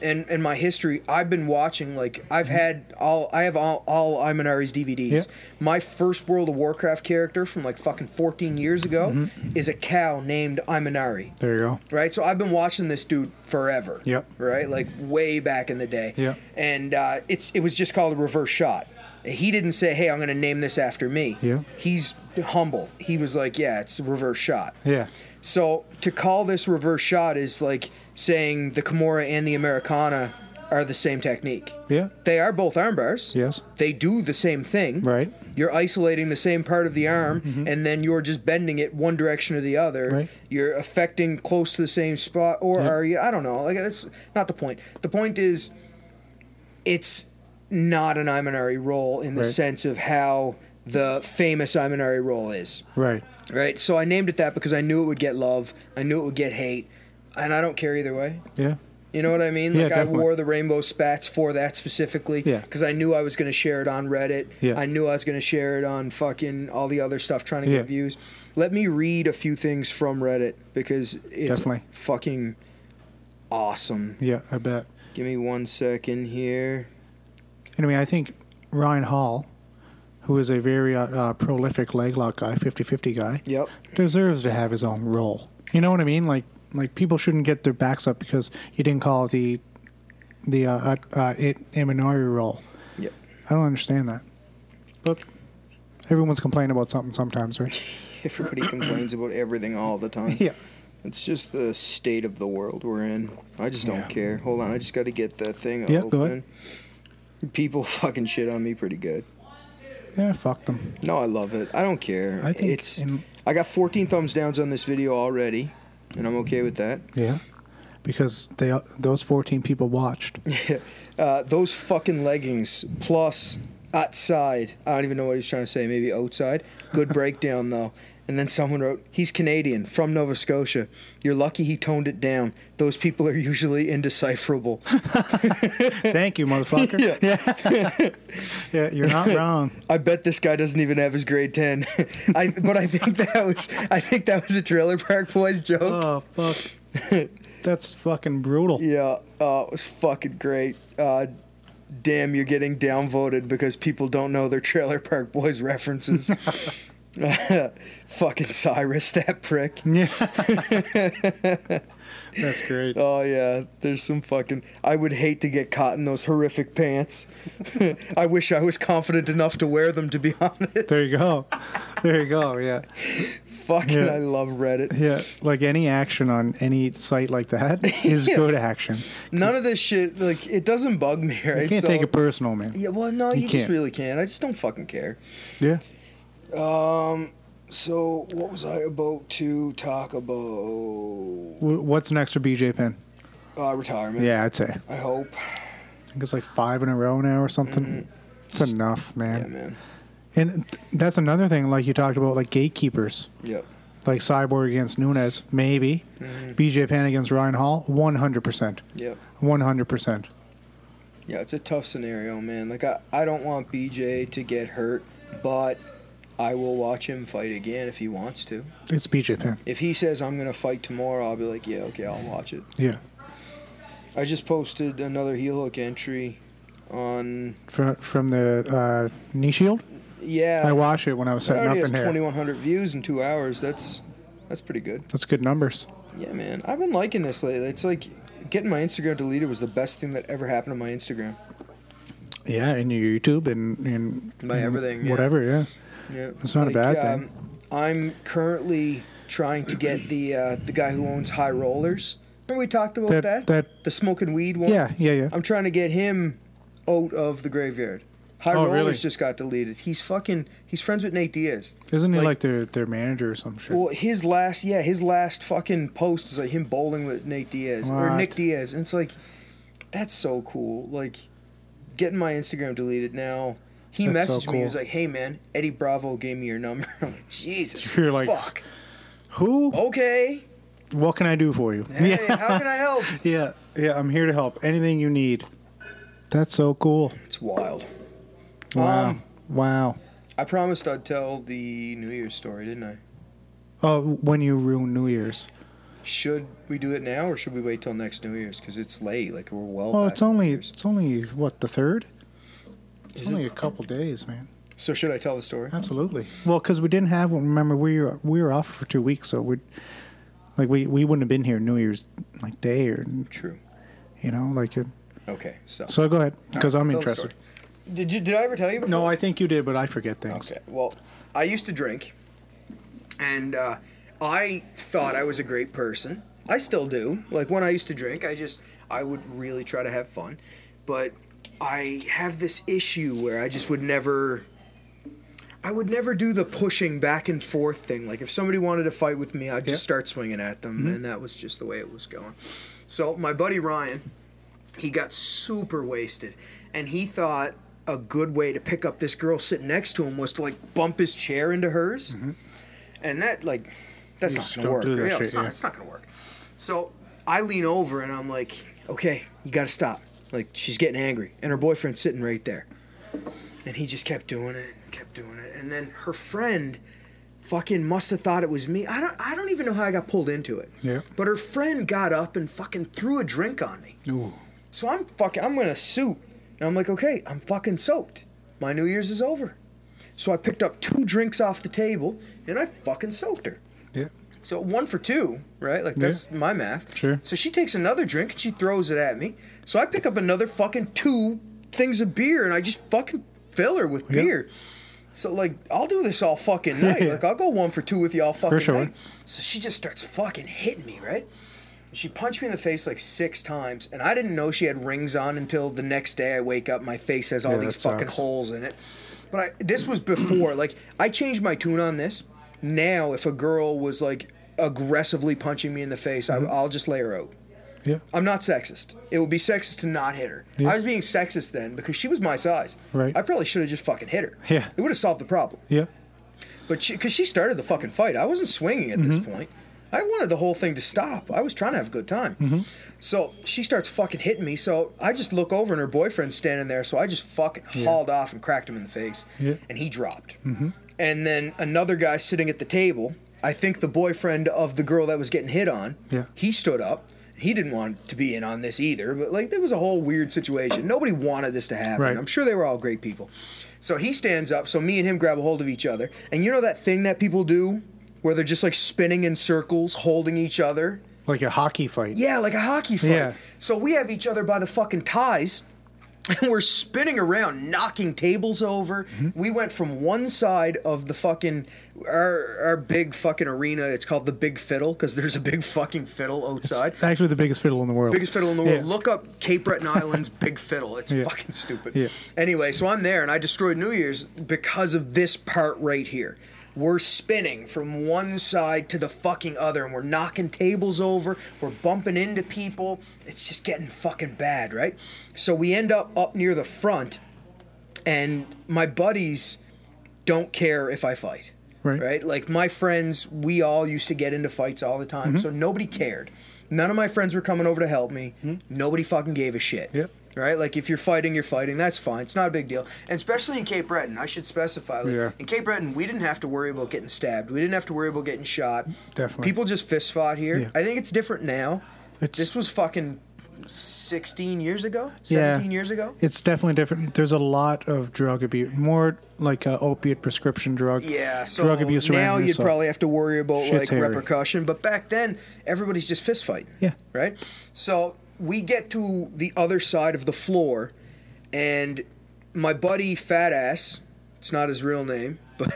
Speaker 2: and, and my history, I've been watching, like, I've had all, I have all, all Imanari's DVDs.
Speaker 1: Mm-hmm. Yeah.
Speaker 2: My first World of Warcraft character from like fucking 14 years ago
Speaker 1: Mm-hmm.
Speaker 2: is a cow named Imanari
Speaker 1: There you go.
Speaker 2: right? So I've been watching this dude forever.
Speaker 1: Yep.
Speaker 2: Right, like way back in the day.
Speaker 1: Yep.
Speaker 2: And uh, it's it was just called a reverse shot. He didn't say, "Hey, I'm going to name this after me."
Speaker 1: Yeah.
Speaker 2: He's humble. He was like, "Yeah, it's a reverse shot."
Speaker 1: Yeah.
Speaker 2: So to call this reverse shot is like saying the Kimura and the Americana are the same technique.
Speaker 1: Yeah.
Speaker 2: They are both arm bars.
Speaker 1: Yes.
Speaker 2: They do the same thing.
Speaker 1: Right.
Speaker 2: You're isolating the same part of the arm, and then you're just bending it one direction or the other.
Speaker 1: Mm-hmm. Right.
Speaker 2: You're affecting close to the same spot, or
Speaker 1: Yeah.
Speaker 2: are you? I don't know. Like that's not the point. The point is, it's not an Imanari roll in the
Speaker 1: Right.
Speaker 2: sense of how the famous Imanari roll is.
Speaker 1: Right.
Speaker 2: Right. So I named it that because I knew it would get love. I knew it would get hate, and I don't care either way.
Speaker 1: Yeah.
Speaker 2: You know what I mean?
Speaker 1: Yeah,
Speaker 2: Like I
Speaker 1: definitely.
Speaker 2: wore the rainbow spats for that specifically.
Speaker 1: Yeah.
Speaker 2: Because I knew I was going to share it on Reddit.
Speaker 1: Yeah.
Speaker 2: I knew I was going to share it on fucking all the other stuff trying to
Speaker 1: Yeah.
Speaker 2: get views. Let me read a few things from Reddit because it's
Speaker 1: Definitely.
Speaker 2: fucking awesome.
Speaker 1: Yeah. I bet.
Speaker 2: Give me one second here.
Speaker 1: Anyway, I think Ryan Hall, who is a very uh, uh, prolific leg lock guy, 50-50 guy,
Speaker 2: Yep.
Speaker 1: deserves to have his own role. You know what I mean? Like, like people shouldn't get their backs up because you didn't call it the the uh, uh, uh, it Imanari role.
Speaker 2: Yep.
Speaker 1: I don't understand that. But everyone's complaining about something sometimes, right? <clears throat>
Speaker 2: Everybody complains about everything all the time.
Speaker 1: yeah.
Speaker 2: It's just the state of the world we're in. I just don't
Speaker 1: Yeah.
Speaker 2: care. Hold on, I just got to get that thing
Speaker 1: Yeah,
Speaker 2: open.
Speaker 1: go ahead.
Speaker 2: People <laughs> fucking shit on me pretty good.
Speaker 1: Yeah. Fuck them.
Speaker 2: No, I love it. I don't care.
Speaker 1: I think
Speaker 2: it's.
Speaker 1: in-
Speaker 2: I got 14 thumbs downs on this video already, and I'm okay with that.
Speaker 1: Yeah. Because they those 14 people watched.
Speaker 2: uh, those fucking leggings plus outside. I don't even know what he's trying to say. Maybe outside. Good <laughs> breakdown though. And then someone wrote, "He's Canadian from Nova Scotia. You're lucky he toned it down. Those people are
Speaker 1: <laughs>
Speaker 2: usually indecipherable."
Speaker 1: Thank you,
Speaker 2: <laughs>
Speaker 1: motherfucker. yeah. <laughs> yeah. You're not wrong.
Speaker 2: I bet this guy doesn't even have his grade 10. <laughs> I, but I think that was I think that was a Trailer Park Boys joke.
Speaker 1: Oh fuck. That's fucking brutal.
Speaker 2: Yeah, uh, it was fucking great. Uh, damn, you're getting downvoted because people don't know their Trailer Park
Speaker 1: <laughs>
Speaker 2: Boys references. <laughs> Fucking Cyrus, that prick.
Speaker 1: <laughs> Yeah. That's great.
Speaker 2: Oh yeah, there's some fucking. I would hate to get caught in those horrific pants. <laughs> I wish I was confident enough to wear them. To be <laughs> honest,
Speaker 1: There you go. There you go. Yeah.
Speaker 2: fucking,
Speaker 1: yeah.
Speaker 2: I love Reddit.
Speaker 1: Yeah. Like any action on any site like that is
Speaker 2: <laughs> Yeah.
Speaker 1: good action.
Speaker 2: None of this shit, like, it doesn't bug me, right?
Speaker 1: You can't
Speaker 2: So-
Speaker 1: take it personal, man.
Speaker 2: Yeah, well, no,
Speaker 1: You
Speaker 2: you, just
Speaker 1: can't.
Speaker 2: really can't. I just don't fucking care.
Speaker 1: Yeah.
Speaker 2: Um, so what was I about to talk about?
Speaker 1: W- What's next for BJ Penn?
Speaker 2: Uh, retirement.
Speaker 1: Yeah, I'd say.
Speaker 2: I hope.
Speaker 1: I think it's like five in a row now or something. It's enough,
Speaker 2: Mm-hmm. Yeah,
Speaker 1: man.
Speaker 2: man.
Speaker 1: And th- that's another thing, like you talked about, like gatekeepers,
Speaker 2: Yep. Mm-hmm.
Speaker 1: like Cyborg against Nunes, maybe. BJ Penn against Ryan Hall, 100%.
Speaker 2: Yep.
Speaker 1: 100%.
Speaker 2: Yeah, it's a tough scenario, man. Like I, I don't want BJ to get hurt, but I will watch him fight again if he wants to.
Speaker 1: It's BJ Penn.
Speaker 2: If he says I'm gonna fight tomorrow, I'll be like, yeah, okay, I'll watch it.
Speaker 1: Yeah.
Speaker 2: I just posted another heel hook entry on
Speaker 1: From, from the uh, knee shield.
Speaker 2: yeah.
Speaker 1: I watched it when I was
Speaker 2: It
Speaker 1: setting up
Speaker 2: already has
Speaker 1: in here.
Speaker 2: 2,100 views in two hours. That's that's pretty good.
Speaker 1: That's good numbers.
Speaker 2: Yeah, man. I've been liking this lately. It's like getting my Instagram deleted was the best thing that ever happened to my Instagram.
Speaker 1: Yeah, and your YouTube and and
Speaker 2: My
Speaker 1: and
Speaker 2: everything, yeah.
Speaker 1: Mm-hmm. Whatever, yeah.
Speaker 2: Yeah, um,
Speaker 1: It's not a bad thing.
Speaker 2: I'm currently trying to get the uh, the guy who owns High Rollers. Remember we talked about
Speaker 1: That-
Speaker 2: that?
Speaker 1: that-
Speaker 2: the smoking weed one.
Speaker 1: Yeah, yeah, yeah.
Speaker 2: I'm trying to get him out of the graveyard. High
Speaker 1: Oh,
Speaker 2: Rollers
Speaker 1: really?
Speaker 2: just got deleted. He's fucking. He's friends with Nate Diaz.
Speaker 1: Isn't he
Speaker 2: like-
Speaker 1: like, their their manager or some shit?
Speaker 2: Well, his last yeah, his last fucking post is like him bowling with Nate Diaz or
Speaker 1: What?
Speaker 2: Nick Diaz, and it's like that's so cool. Like getting my Instagram deleted now. He
Speaker 1: That's so
Speaker 2: messaged me. He was
Speaker 1: cool.
Speaker 2: like, "Hey man, Eddie Bravo gave me your number." <laughs> I'm like,
Speaker 1: <laughs>
Speaker 2: Jesus,
Speaker 1: You're like-
Speaker 2: fuck.
Speaker 1: Who?
Speaker 2: Okay,
Speaker 1: What can I do for you? <laughs>
Speaker 2: hey,
Speaker 1: yeah, <laughs>
Speaker 2: how can I help?
Speaker 1: yeah, yeah. I'm here to help. Anything you need. That's so cool.
Speaker 2: It's wild.
Speaker 1: Wow,
Speaker 2: Um,
Speaker 1: wow.
Speaker 2: I promised I'd tell the New Year's story, didn't I?
Speaker 1: Oh, when you ruin New Year's.
Speaker 2: Should we do it now or should we wait till next New Year's? Because it's late. Like we're well.
Speaker 1: Well,
Speaker 2: past
Speaker 1: it's
Speaker 2: New
Speaker 1: only
Speaker 2: Year's.
Speaker 1: it's only what the third. It's
Speaker 2: Is it-
Speaker 1: only a couple days, man.
Speaker 2: So should I tell the story?
Speaker 1: Absolutely. Well, because we didn't have one. Remember, we were we were off for two weeks, so we like we we wouldn't have been here New Year's like day or
Speaker 2: True.
Speaker 1: you know like. It,
Speaker 2: Okay, so.
Speaker 1: so go ahead because I'm
Speaker 2: Tell the
Speaker 1: interested.
Speaker 2: story. Did you? Did I ever tell you? Before?
Speaker 1: No, I think you did, but I forget things.
Speaker 2: Okay. Well, I used to drink, and uh, I thought I was a great person. I still do. Like when I used to drink, I just I would really try to have fun, but I have this issue where I just would never. I would never do the pushing back and forth thing. Like if somebody wanted to fight with me, I'd just
Speaker 1: Yeah. Mm-hmm.
Speaker 2: start swinging at them, and that was just the way it was going. So my buddy Ryan, he got super wasted and he thought a good way to pick up this girl sitting next to him was to like bump his chair into hers and that like
Speaker 1: Mm-hmm. You
Speaker 2: that's not
Speaker 1: just
Speaker 2: gonna
Speaker 1: don't
Speaker 2: work
Speaker 1: do that
Speaker 2: Yeah,
Speaker 1: shit,
Speaker 2: it's, not,
Speaker 1: yeah.
Speaker 2: it's not gonna work so i lean over and i'm like okay you gotta stop like she's getting angry and her boyfriend's sitting right there and he just kept doing it kept doing it and then her friend fucking must have thought it was me i don't i don't even know how i got pulled into it
Speaker 1: Yeah.
Speaker 2: but her friend got up and fucking threw a drink on me
Speaker 1: Ooh.
Speaker 2: so I'm fucking, I'm in a suit. And I'm like, okay, I'm fucking soaked. My New Year's is over. So I picked up two drinks off the table and I fucking soaked her.
Speaker 1: Yeah.
Speaker 2: So one for two, right? Like that's my math.
Speaker 1: Sure.
Speaker 2: So she takes another drink and she throws it at me. So I pick up another fucking two things of beer and I just fucking fill her with
Speaker 1: Yeah.
Speaker 2: beer. So like I'll do this all fucking
Speaker 1: <laughs>
Speaker 2: night.
Speaker 1: Yeah.
Speaker 2: Like I'll go one for two with you all fucking
Speaker 1: sure.
Speaker 2: night. So she just starts fucking hitting me, right? She punched me in the face like six times, and I didn't know she had rings on until the next day. I wake up, my face has all
Speaker 1: Yeah,
Speaker 2: these
Speaker 1: that
Speaker 2: fucking
Speaker 1: sucks.
Speaker 2: holes in it. But I, this was before. like I changed my tune on this. Now, if a girl was like aggressively punching me in the face,
Speaker 1: Mm-hmm.
Speaker 2: I, I'll just lay her out.
Speaker 1: Yeah.
Speaker 2: I'm not sexist. It would be sexist to not hit her.
Speaker 1: Yeah.
Speaker 2: I was being sexist then because she was my size.
Speaker 1: Right.
Speaker 2: I probably should have just fucking hit her.
Speaker 1: Yeah.
Speaker 2: It would have solved the problem.
Speaker 1: Yeah.
Speaker 2: But she, because she started the fucking fight, I wasn't swinging at
Speaker 1: Mm-hmm.
Speaker 2: this point. I wanted the whole thing to stop. I was trying to have a good time.
Speaker 1: Mm-hmm.
Speaker 2: So she starts fucking hitting me. So I just look over and her boyfriend's standing there. So I just fucking hauled off and cracked him in the face.
Speaker 1: Yeah. Mm-hmm.
Speaker 2: And he dropped. And then another guy sitting at the table, I think the boyfriend of the girl that was getting hit on,
Speaker 1: Yeah.
Speaker 2: he stood up he didn't want to be in on this either, but like there was a whole weird situation. Nobody wanted this to happen.
Speaker 1: Right.
Speaker 2: I'm sure they were all great people. So he stands up, so me and him grab a hold of each other. And you know that thing that people do where they're just like spinning in circles, holding each other?
Speaker 1: Like a hockey fight.
Speaker 2: Yeah, like a hockey fight.
Speaker 1: Yeah.
Speaker 2: So we have each other by the fucking ties, <laughs> and we're spinning around, knocking tables over.
Speaker 1: Mm-hmm.
Speaker 2: We went from one side of the fucking our our big fucking arena. It's called the Big Fiddle because there's a big fucking fiddle outside.
Speaker 1: It's actually the biggest fiddle in the world.
Speaker 2: Biggest fiddle in the world.
Speaker 1: Yeah.
Speaker 2: Look up
Speaker 1: <laughs>
Speaker 2: Cape Breton Islands Big Fiddle. It's
Speaker 1: Yeah.
Speaker 2: fucking stupid.
Speaker 1: Yeah.
Speaker 2: Anyway, so I'm there and I destroyed New Year's because of this part right here. We're spinning from one side to the fucking other and we're knocking tables over. We're bumping into people. It's just getting fucking bad, right? So we end up up near the front and my buddies don't care if I fight.
Speaker 1: Right.
Speaker 2: Like my friends, we all used to get into fights all the time,
Speaker 1: Mm-hmm.
Speaker 2: so nobody cared. None of my friends were coming over to help me. Nobody fucking gave a shit.
Speaker 1: Mm-hmm. Yep.
Speaker 2: Right? Like if you're fighting, you're fighting. That's fine. It's not a big deal. And especially in Cape Breton, I should specify. Like,
Speaker 1: Yeah.
Speaker 2: In Cape Breton, we didn't have to worry about getting stabbed. We didn't have to worry about getting shot.
Speaker 1: Definitely.
Speaker 2: People just fist fought here.
Speaker 1: Yeah.
Speaker 2: I think it's different now.
Speaker 1: It's-
Speaker 2: this was fucking 16 years ago,
Speaker 1: Yeah.
Speaker 2: 17 years ago.
Speaker 1: It's definitely different. There's a lot of drug abuse, more like uh, opiate prescription drug.
Speaker 2: Yeah, so
Speaker 1: drug abuse around
Speaker 2: now
Speaker 1: here,
Speaker 2: you'd
Speaker 1: so-
Speaker 2: probably have to worry about
Speaker 1: Shit's
Speaker 2: like
Speaker 1: hairy.
Speaker 2: repercussion, but back then everybody's just fist fighting.
Speaker 1: Yeah.
Speaker 2: Right? So we get to the other side of the floor and my buddy Fat Ass, it's not his real name,
Speaker 1: <laughs>
Speaker 2: <laughs> but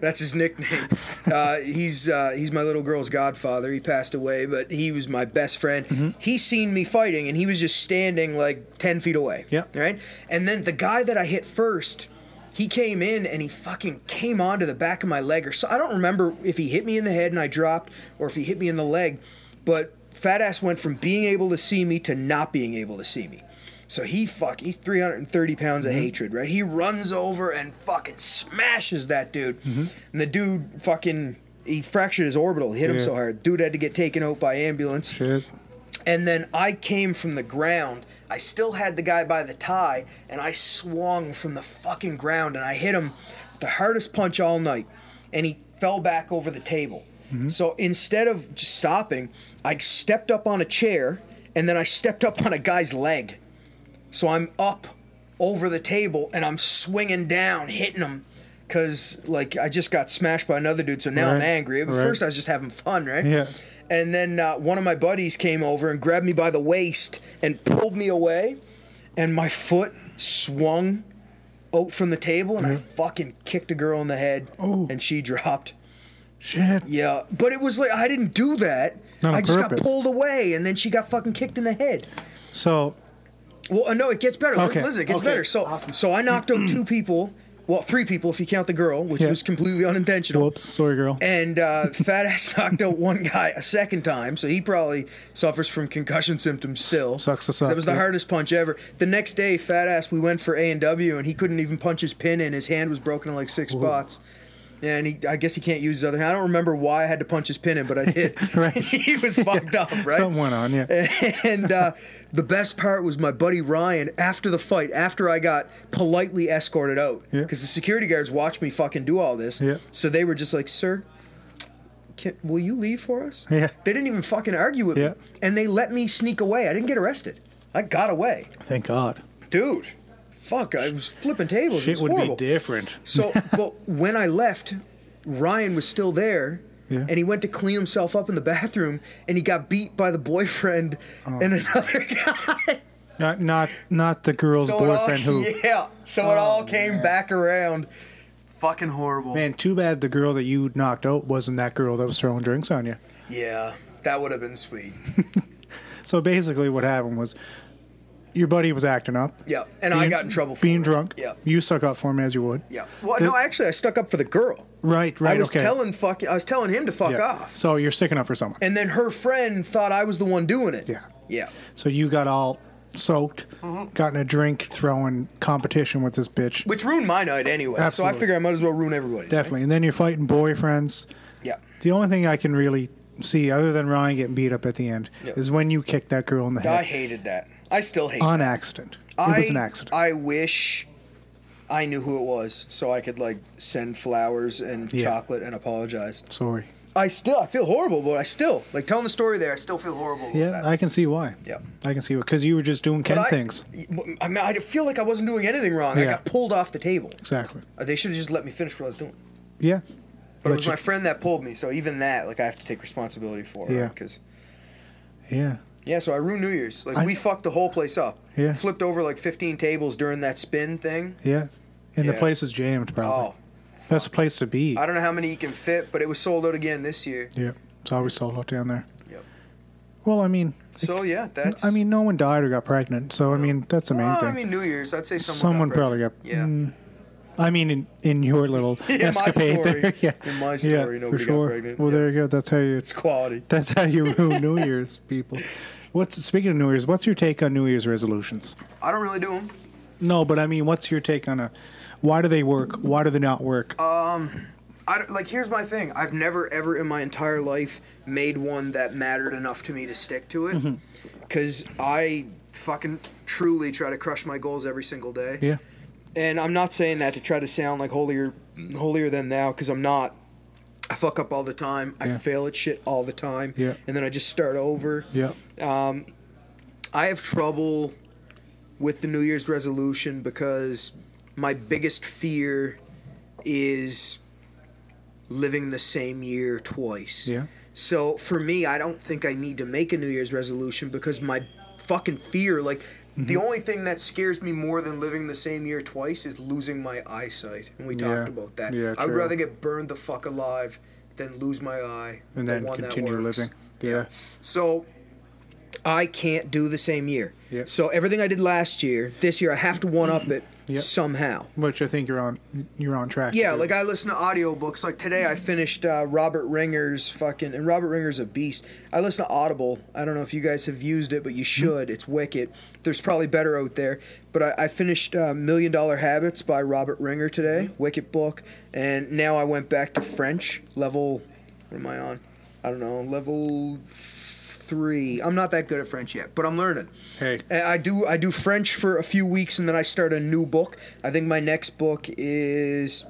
Speaker 2: that's his nickname. Uh, he's uh, he's my little girl's godfather. He passed away, but he was my best friend.
Speaker 1: Mm-hmm.
Speaker 2: He seen me fighting and he was just standing like ten feet away.
Speaker 1: Yeah.
Speaker 2: Right? And then the guy that I hit first he came in and he fucking came onto the back of my leg or so I don't remember if he hit me in the head and I dropped or if he hit me in the leg, but fat ass went from being able to see me to not being able to see me. So he fuck he's 330 pounds
Speaker 1: Mm-hmm.
Speaker 2: of hatred, right? He runs over and fucking smashes that dude.
Speaker 1: Mm-hmm.
Speaker 2: And the dude fucking he fractured his orbital, hit him
Speaker 1: Yeah.
Speaker 2: so hard. Dude had to get taken out by ambulance.
Speaker 1: Shit.
Speaker 2: And then I came from the ground. I still had the guy by the tie, and I swung from the fucking ground and I hit him with the hardest punch all night. And he fell back over the table.
Speaker 1: Mm-hmm.
Speaker 2: So instead of just stopping, I stepped up on a chair and then I stepped up on a guy's leg. So I'm up over the table and I'm swinging down, hitting him. Cause like I just got smashed by another dude, so now I'm
Speaker 1: Right,
Speaker 2: angry. But
Speaker 1: right.
Speaker 2: first I was just having fun, right?
Speaker 1: Yeah.
Speaker 2: And then uh, one of my buddies came over and grabbed me by the waist and pulled me away, and my foot swung out from the table, and I fucking kicked a girl in the head,
Speaker 1: Mm-hmm. Oh.
Speaker 2: and she dropped.
Speaker 1: Shit.
Speaker 2: Yeah, but it was like I didn't do that.
Speaker 1: Not on
Speaker 2: I just got
Speaker 1: purpose.
Speaker 2: pulled away, and then she got fucking kicked in the head.
Speaker 1: So
Speaker 2: Well, uh, no, it gets better. Listen,
Speaker 1: Okay.
Speaker 2: Listen, it gets
Speaker 1: Okay.
Speaker 2: better. So,
Speaker 1: Awesome.
Speaker 2: so I knocked out two people. Well, three people if you count the girl, which
Speaker 1: Yeah.
Speaker 2: was completely unintentional.
Speaker 1: whoops, sorry, girl.
Speaker 2: And uh, fat ass <laughs> knocked out one guy a second time, so he probably suffers from concussion symptoms still.
Speaker 1: Sucks to
Speaker 2: So That
Speaker 1: suck,
Speaker 2: was the
Speaker 1: yeah.
Speaker 2: hardest punch ever. The next day, fat ass, we went for A and W, and he couldn't even punch his pin in. His hand was broken in like six spots. Yeah, and he, I guess he can't use his other hand. I don't remember why I had to punch his pin in, but I did.
Speaker 1: <laughs> Right.
Speaker 2: <laughs> he was
Speaker 1: <laughs>
Speaker 2: fucked up, right?
Speaker 1: Something went on, yeah.
Speaker 2: <laughs> and uh, the best part was my buddy Ryan after the fight, after I got politely escorted out,
Speaker 1: Yeah.
Speaker 2: because the security guards watched me fucking do all this.
Speaker 1: Yeah.
Speaker 2: So they were just like, "Sir, can, will you leave for us?"
Speaker 1: Yeah.
Speaker 2: They didn't even fucking argue with
Speaker 1: Yeah.
Speaker 2: me, and they let me sneak away. I didn't get arrested. I got away,
Speaker 1: Thank God.
Speaker 2: dude. Fuck, I was flipping tables.
Speaker 1: Shit
Speaker 2: it was
Speaker 1: would
Speaker 2: horrible.
Speaker 1: be different. <laughs>
Speaker 2: So, but when I left, Ryan was still there,
Speaker 1: Yeah.
Speaker 2: and he went to clean himself up in the bathroom, and he got beat by the boyfriend
Speaker 1: Oh.
Speaker 2: and another <laughs> guy.
Speaker 1: Not not not the girl's
Speaker 2: so
Speaker 1: boyfriend
Speaker 2: it all,
Speaker 1: who.
Speaker 2: <laughs> yeah. So
Speaker 1: Oh,
Speaker 2: it all came back around. Fucking horrible.
Speaker 1: Man, too bad the girl that you knocked out wasn't that girl that was throwing drinks on you.
Speaker 2: Yeah, that would have been sweet.
Speaker 1: So basically, what happened was, your buddy was acting up.
Speaker 2: Yeah, and I
Speaker 1: being-
Speaker 2: got in trouble for
Speaker 1: being
Speaker 2: it.
Speaker 1: drunk.
Speaker 2: Yeah.
Speaker 1: You stuck up for him as you would.
Speaker 2: Yeah. Well,
Speaker 1: The-
Speaker 2: no, actually, I stuck up for the girl.
Speaker 1: Right. Right.
Speaker 2: I was
Speaker 1: okay.
Speaker 2: telling fuck. I was telling him to fuck
Speaker 1: Yeah.
Speaker 2: off,
Speaker 1: So you're sticking up for someone.
Speaker 2: and then her friend thought I was the one doing it.
Speaker 1: Yeah.
Speaker 2: Yeah.
Speaker 1: So you got all soaked,
Speaker 2: Mm-hmm.
Speaker 1: got in a drink throwing competition with this bitch.
Speaker 2: Which ruined my night anyway. So I
Speaker 1: Absolutely.
Speaker 2: figure I might as well ruin everybody.
Speaker 1: Definitely. And then you're fighting boyfriends.
Speaker 2: Yeah.
Speaker 1: The only thing I can really see, other than Ryan getting beat up at the end,
Speaker 2: Yeah.
Speaker 1: is when you kicked that girl in the
Speaker 2: I
Speaker 1: head
Speaker 2: hated that. I still hate
Speaker 1: on
Speaker 2: that.
Speaker 1: accident.
Speaker 2: I,
Speaker 1: it was an accident.
Speaker 2: I wish I knew who it was so I could like send flowers and
Speaker 1: Yeah.
Speaker 2: chocolate and apologize.
Speaker 1: Sorry.
Speaker 2: I still I feel horrible, but I still like telling the story there. I still feel horrible. about
Speaker 1: Yeah,
Speaker 2: that.
Speaker 1: I can see why.
Speaker 2: Yep.
Speaker 1: I can see why because you were just doing Ken
Speaker 2: But I-
Speaker 1: things.
Speaker 2: I, mean, I feel like I wasn't doing anything wrong. I
Speaker 1: Yeah.
Speaker 2: got pulled off the table.
Speaker 1: Exactly.
Speaker 2: Uh, They should have just let me finish what I was doing.
Speaker 1: Yeah.
Speaker 2: But
Speaker 1: Let
Speaker 2: it was
Speaker 1: you-
Speaker 2: my friend that pulled me, so even that, like, I have to take responsibility for.
Speaker 1: Yeah.
Speaker 2: Because
Speaker 1: yeah.
Speaker 2: yeah, so I ruined New Year's. Like,
Speaker 1: I-
Speaker 2: we fucked the whole place up.
Speaker 1: Yeah.
Speaker 2: Flipped over like 15 tables during that spin thing.
Speaker 1: Yeah. And the
Speaker 2: Yeah.
Speaker 1: place is jammed, probably.
Speaker 2: Oh,
Speaker 1: That's the place to be.
Speaker 2: I don't know how many you can fit, but it was sold out again this year.
Speaker 1: yeah. It's always sold out down there.
Speaker 2: Yep.
Speaker 1: Well, I mean,
Speaker 2: So yeah, that's.
Speaker 1: I mean, no one died or got pregnant, so I mean, that's the main
Speaker 2: well,
Speaker 1: thing.
Speaker 2: I mean, New Year's. I'd say someone.
Speaker 1: Someone
Speaker 2: got
Speaker 1: probably
Speaker 2: pregnant.
Speaker 1: got.
Speaker 2: Yeah.
Speaker 1: mm, I mean, in, in your little
Speaker 2: <laughs> In my
Speaker 1: escapade
Speaker 2: story.
Speaker 1: there, <laughs> yeah,
Speaker 2: In my story,
Speaker 1: yeah, for
Speaker 2: nobody got
Speaker 1: sure.
Speaker 2: pregnant.
Speaker 1: Well,
Speaker 2: Yeah.
Speaker 1: there you go. That's how you.
Speaker 2: It's quality.
Speaker 1: That's how you ruin New Year's, people. What's speaking of New Year's? What's your take on New Year's resolutions?
Speaker 2: I don't really do them.
Speaker 1: No, but I mean, what's your take on a? Why do they work? Why do they not work?
Speaker 2: Uh, I don't- like here's my thing. I've never ever in my entire life made one that mattered enough to me to stick to it.
Speaker 1: Mm-hmm.
Speaker 2: Cuz I fucking truly try to crush my goals every single day.
Speaker 1: yeah,
Speaker 2: And I'm not saying that to try to sound like holier holier than thou cuz I'm not. I fuck up all the time. I
Speaker 1: Yeah.
Speaker 2: fail at shit all the time.
Speaker 1: Yeah.
Speaker 2: And then I just start over.
Speaker 1: yeah,
Speaker 2: I have trouble with the New Year's resolution because my biggest fear is living the same year twice.
Speaker 1: yeah,
Speaker 2: So for me, I don't think I need to make a New Year's resolution because my fucking fear, like, the
Speaker 1: Mm-hmm.
Speaker 2: only thing that scares me more than living the same year twice is losing my eyesight. And we
Speaker 1: Yeah.
Speaker 2: talked about that.
Speaker 1: Yeah,
Speaker 2: I'd
Speaker 1: true.
Speaker 2: rather get burned the fuck alive than lose my eye.
Speaker 1: and
Speaker 2: the
Speaker 1: then
Speaker 2: one that
Speaker 1: continue
Speaker 2: works.
Speaker 1: living. Yeah,
Speaker 2: So I can't do the same year.
Speaker 1: Yeah.
Speaker 2: So everything I did last year, this year I have to one up it
Speaker 1: Yeah.
Speaker 2: somehow.
Speaker 1: which I think you're on. You're on track. to
Speaker 2: Yeah,
Speaker 1: do.
Speaker 2: like I listen to audiobooks. Like today I finished uh, Robert Ringer's fucking and Robert Ringer's a beast. I listen to Audible. I don't know if you guys have used it, but you
Speaker 1: Mm-hmm.
Speaker 2: should. It's wicked. There's probably better out there. But I, I finished uh, Million Dollar Habits by Robert Ringer today.
Speaker 1: Mm-hmm.
Speaker 2: Wicked book. And now I went back to French level. What am I on? I don't know. Level three. I'm not that good at French yet, but I'm learning.
Speaker 1: Hey.
Speaker 2: And Uh, I do I do French for a few weeks, and then I start a new book. I think my next book is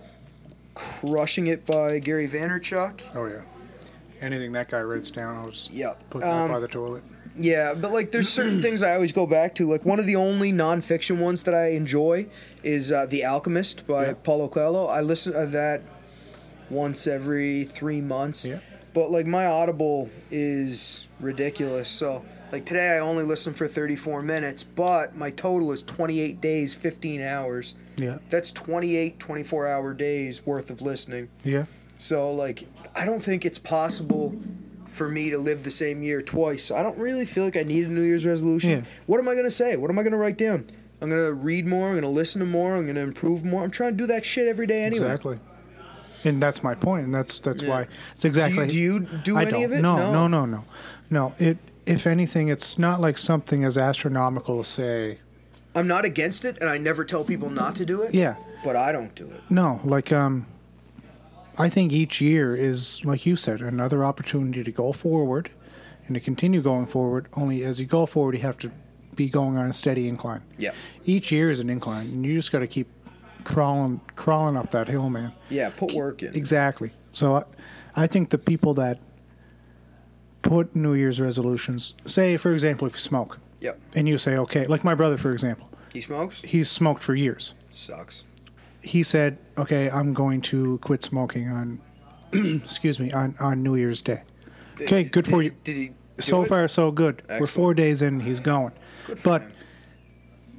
Speaker 2: "Crushing It" by Gary Vaynerchuk.
Speaker 1: Oh yeah. Anything that guy writes down, I'll just
Speaker 2: Yep.
Speaker 1: put that
Speaker 2: Um,
Speaker 1: by the toilet.
Speaker 2: Yeah, but like
Speaker 1: <clears throat>
Speaker 2: there's certain things I always go back to. Like one of the only nonfiction ones that I enjoy is uh, The Alchemist by
Speaker 1: Yeah.
Speaker 2: Paulo Coelho. I listen to that once every three months.
Speaker 1: Yeah.
Speaker 2: But like my Audible is ridiculous. So like today I only listen for 34 minutes, but my total is 28 days, 15 hours.
Speaker 1: Yeah,
Speaker 2: That's 28 24 hour days worth of listening.
Speaker 1: yeah,
Speaker 2: So like I don't think it's possible for me to live the same year twice. So I don't really feel like I need a New Year's resolution.
Speaker 1: Yeah.
Speaker 2: What am I gonna say? What am I gonna write down? I'm gonna read more, I'm gonna listen to more, I'm gonna improve more. I'm trying to do that shit every day anyway.
Speaker 1: exactly. And that's my point, and that's that's
Speaker 2: Yeah.
Speaker 1: why it's exactly.
Speaker 2: Do you do, you do
Speaker 1: I
Speaker 2: any
Speaker 1: don't.
Speaker 2: of it?
Speaker 1: No, no, no, no, no. It, if anything, it's not like something as astronomical as say,
Speaker 2: I'm not against it and I never tell people not to do it.
Speaker 1: yeah,
Speaker 2: But I don't do it.
Speaker 1: no, like um, I think each year is like you said, another opportunity to go forward, and to continue going forward. Only as you go forward, you have to be going on a steady incline.
Speaker 2: Yeah.
Speaker 1: Each year is an incline, and you just got to keep crawling, crawling up that hill, man.
Speaker 2: Yeah, put work in.
Speaker 1: Exactly. So I, I think the people that put New Year's resolutions, say, for example, if you smoke
Speaker 2: Yep.
Speaker 1: and you say, okay, like my brother, for example,
Speaker 2: He smokes?
Speaker 1: he's smoked for years.
Speaker 2: Sucks.
Speaker 1: He said, okay, I'm going to quit smoking on, <clears throat> excuse me, on, on New Year's Day. Okay, good
Speaker 2: Did
Speaker 1: for
Speaker 2: he-
Speaker 1: you.
Speaker 2: Did he do
Speaker 1: So
Speaker 2: it?
Speaker 1: far, so good. We're
Speaker 2: Excellent.
Speaker 1: four days in, he's going.
Speaker 2: Good for
Speaker 1: But
Speaker 2: him.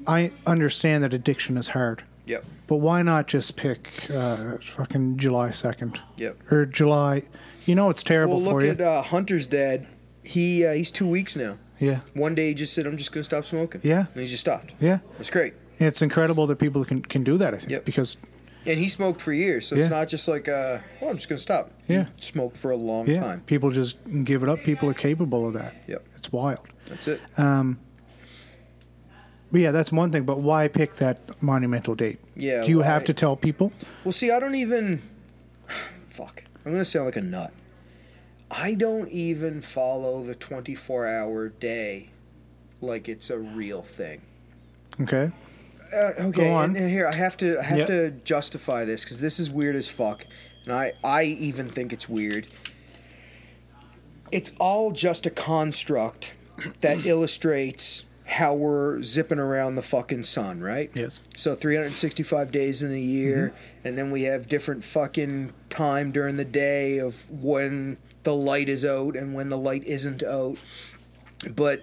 Speaker 1: I understand that addiction is hard.
Speaker 2: Yep.
Speaker 1: But why not just pick uh, fucking July 2nd?
Speaker 2: Yep.
Speaker 1: Or July. You know it's terrible
Speaker 2: Well, look
Speaker 1: for you.
Speaker 2: at uh, Hunter's dad. He uh, he's two weeks now.
Speaker 1: yeah.
Speaker 2: One day he just said, "I'm just gonna stop smoking."
Speaker 1: Yeah.
Speaker 2: and he just stopped.
Speaker 1: Yeah.
Speaker 2: It's great,
Speaker 1: It's incredible that people can, can do that, I think.
Speaker 2: Yep.
Speaker 1: Because,
Speaker 2: and he smoked for years, so
Speaker 1: Yeah.
Speaker 2: it's not just like, uh, "Well, I'm just gonna stop."
Speaker 1: Yeah.
Speaker 2: he smoked for a long
Speaker 1: yeah,
Speaker 2: time.
Speaker 1: people just give it up. People are capable of that.
Speaker 2: Yep,
Speaker 1: It's wild. Um,
Speaker 2: that's it.
Speaker 1: But yeah, that's one thing. But why pick that monumental date?
Speaker 2: Yeah,
Speaker 1: Do you
Speaker 2: why-
Speaker 1: have to tell people?
Speaker 2: Well, see, I don't even. <sighs> Fuck. I'm going to sound like a nut. I don't even follow the 24 hour day like it's a real thing.
Speaker 1: Okay.
Speaker 2: Uh, okay,
Speaker 1: Go on.
Speaker 2: And, and here I have to I have
Speaker 1: Yep.
Speaker 2: to justify this because this is weird as fuck, and I I even think it's weird. it's all just a construct
Speaker 1: <clears throat>
Speaker 2: that illustrates how we're zipping around the fucking sun, right?
Speaker 1: Yes. Mm-hmm.
Speaker 2: So 365 days in a year, and then we have different fucking time during the day of when the light is out and when the light isn't out. But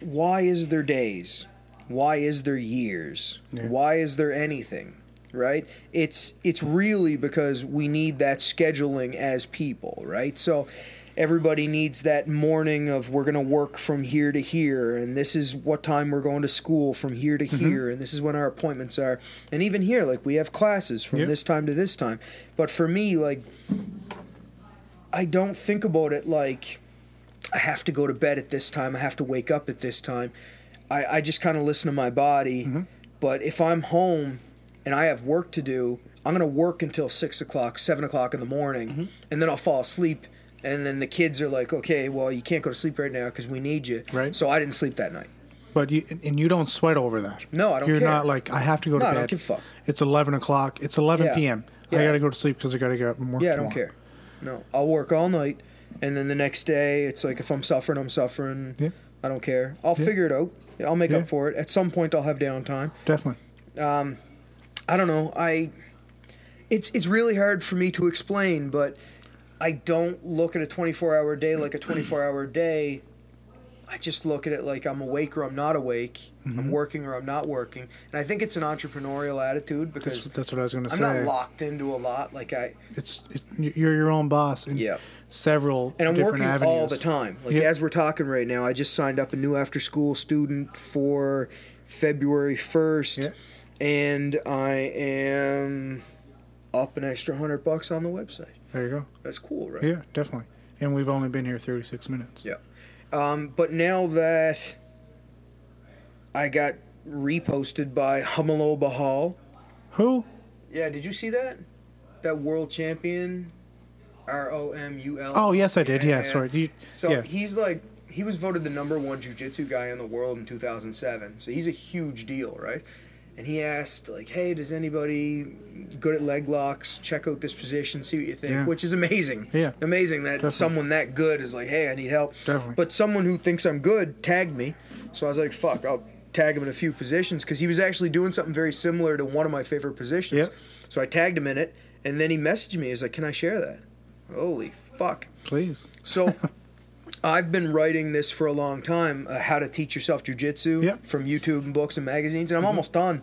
Speaker 2: why is there days? Why is there years?
Speaker 1: Yeah.
Speaker 2: Why is there anything? Right? It's it's really because we need that scheduling as people, right? So everybody needs that morning of we're going to work from here to here and this is what time we're going to school from here to here and this is when our appointments are. And even here like we have classes from
Speaker 1: Yep.
Speaker 2: this time to this time. But for me like I don't think about it like I have to go to bed at this time. I have to wake up at this time. I, I just kind of listen to my body.
Speaker 1: Mm-hmm.
Speaker 2: But if I'm home and I have work to do, I'm going to work until six o'clock, seven o'clock in the morning,
Speaker 1: Mm-hmm.
Speaker 2: and then I'll fall asleep. And then the kids are like, okay, well, you can't go to sleep right now because we need you.
Speaker 1: Right.
Speaker 2: So I didn't sleep that night.
Speaker 1: But you and you don't sweat over that.
Speaker 2: No, I don't
Speaker 1: You're
Speaker 2: care.
Speaker 1: not like I have to go to
Speaker 2: No, I
Speaker 1: bed.
Speaker 2: don't give a fuck.
Speaker 1: It's eleven o'clock. It's eleven
Speaker 2: Yeah.
Speaker 1: p.m. I
Speaker 2: Yeah.
Speaker 1: gotta go to sleep because I gotta get up and work.
Speaker 2: Yeah, I don't
Speaker 1: tomorrow.
Speaker 2: care. No, I'll work all night. And then the next day, it's like if I'm suffering, I'm suffering.
Speaker 1: Yeah.
Speaker 2: I don't care. I'll figure it out. I'll make
Speaker 1: Yeah.
Speaker 2: up for it. At some point, I'll have downtime.
Speaker 1: Definitely.
Speaker 2: I don't know. I it's it's really hard for me to explain, but I don't look at a 24-hour day like a 24-hour day. I just look at it like I'm awake or I'm not awake.
Speaker 1: Mm-hmm.
Speaker 2: I'm working or I'm not working. And I think it's an entrepreneurial attitude
Speaker 1: That's,
Speaker 2: because
Speaker 1: that's what I was gonna
Speaker 2: I'm
Speaker 1: say.
Speaker 2: not locked into a lot like I
Speaker 1: It's it, you're your own boss in
Speaker 2: Yeah.
Speaker 1: several
Speaker 2: and I'm
Speaker 1: different
Speaker 2: working
Speaker 1: avenues.
Speaker 2: all the time. Like
Speaker 1: Yeah.
Speaker 2: as we're talking right now, I just signed up a new after school student for February 1st
Speaker 1: Yeah.
Speaker 2: and I am up an extra 100 bucks on the website.
Speaker 1: There you go.
Speaker 2: That's cool, right?
Speaker 1: Yeah, definitely. And we've only been here thirty six minutes.
Speaker 2: Yeah. Um, but now that I got reposted by Humalo Bahal.
Speaker 1: Who?
Speaker 2: Yeah, did you see that? That world champion? R O M U L.
Speaker 1: Oh yes, I did. Yeah,
Speaker 2: Yeah.
Speaker 1: sorry. You,
Speaker 2: So
Speaker 1: yeah.
Speaker 2: he's like, he was voted the number one jujitsu guy in the world in 2007. So he's a huge deal, right? And he asked, like, hey, does anybody good at leg locks check out this position, see what you think?
Speaker 1: Yeah.
Speaker 2: Which is amazing.
Speaker 1: Yeah.
Speaker 2: Amazing that
Speaker 1: Definitely.
Speaker 2: someone that good is like, hey, I need help.
Speaker 1: Definitely.
Speaker 2: But someone who thinks I'm good tagged me. So I was like, fuck, I'll tag him in a few positions because he was actually doing something very similar to one of my favorite positions.
Speaker 1: Yep.
Speaker 2: So I tagged him in it. And then he messaged me. He's like, can I share that? Holy fuck.
Speaker 1: Please.
Speaker 2: So <laughs> I've been writing this for a long time, uh, how to teach yourself jujitsu
Speaker 1: Yep.
Speaker 2: from YouTube and books and magazines, and
Speaker 1: Mm-hmm.
Speaker 2: I'm almost done.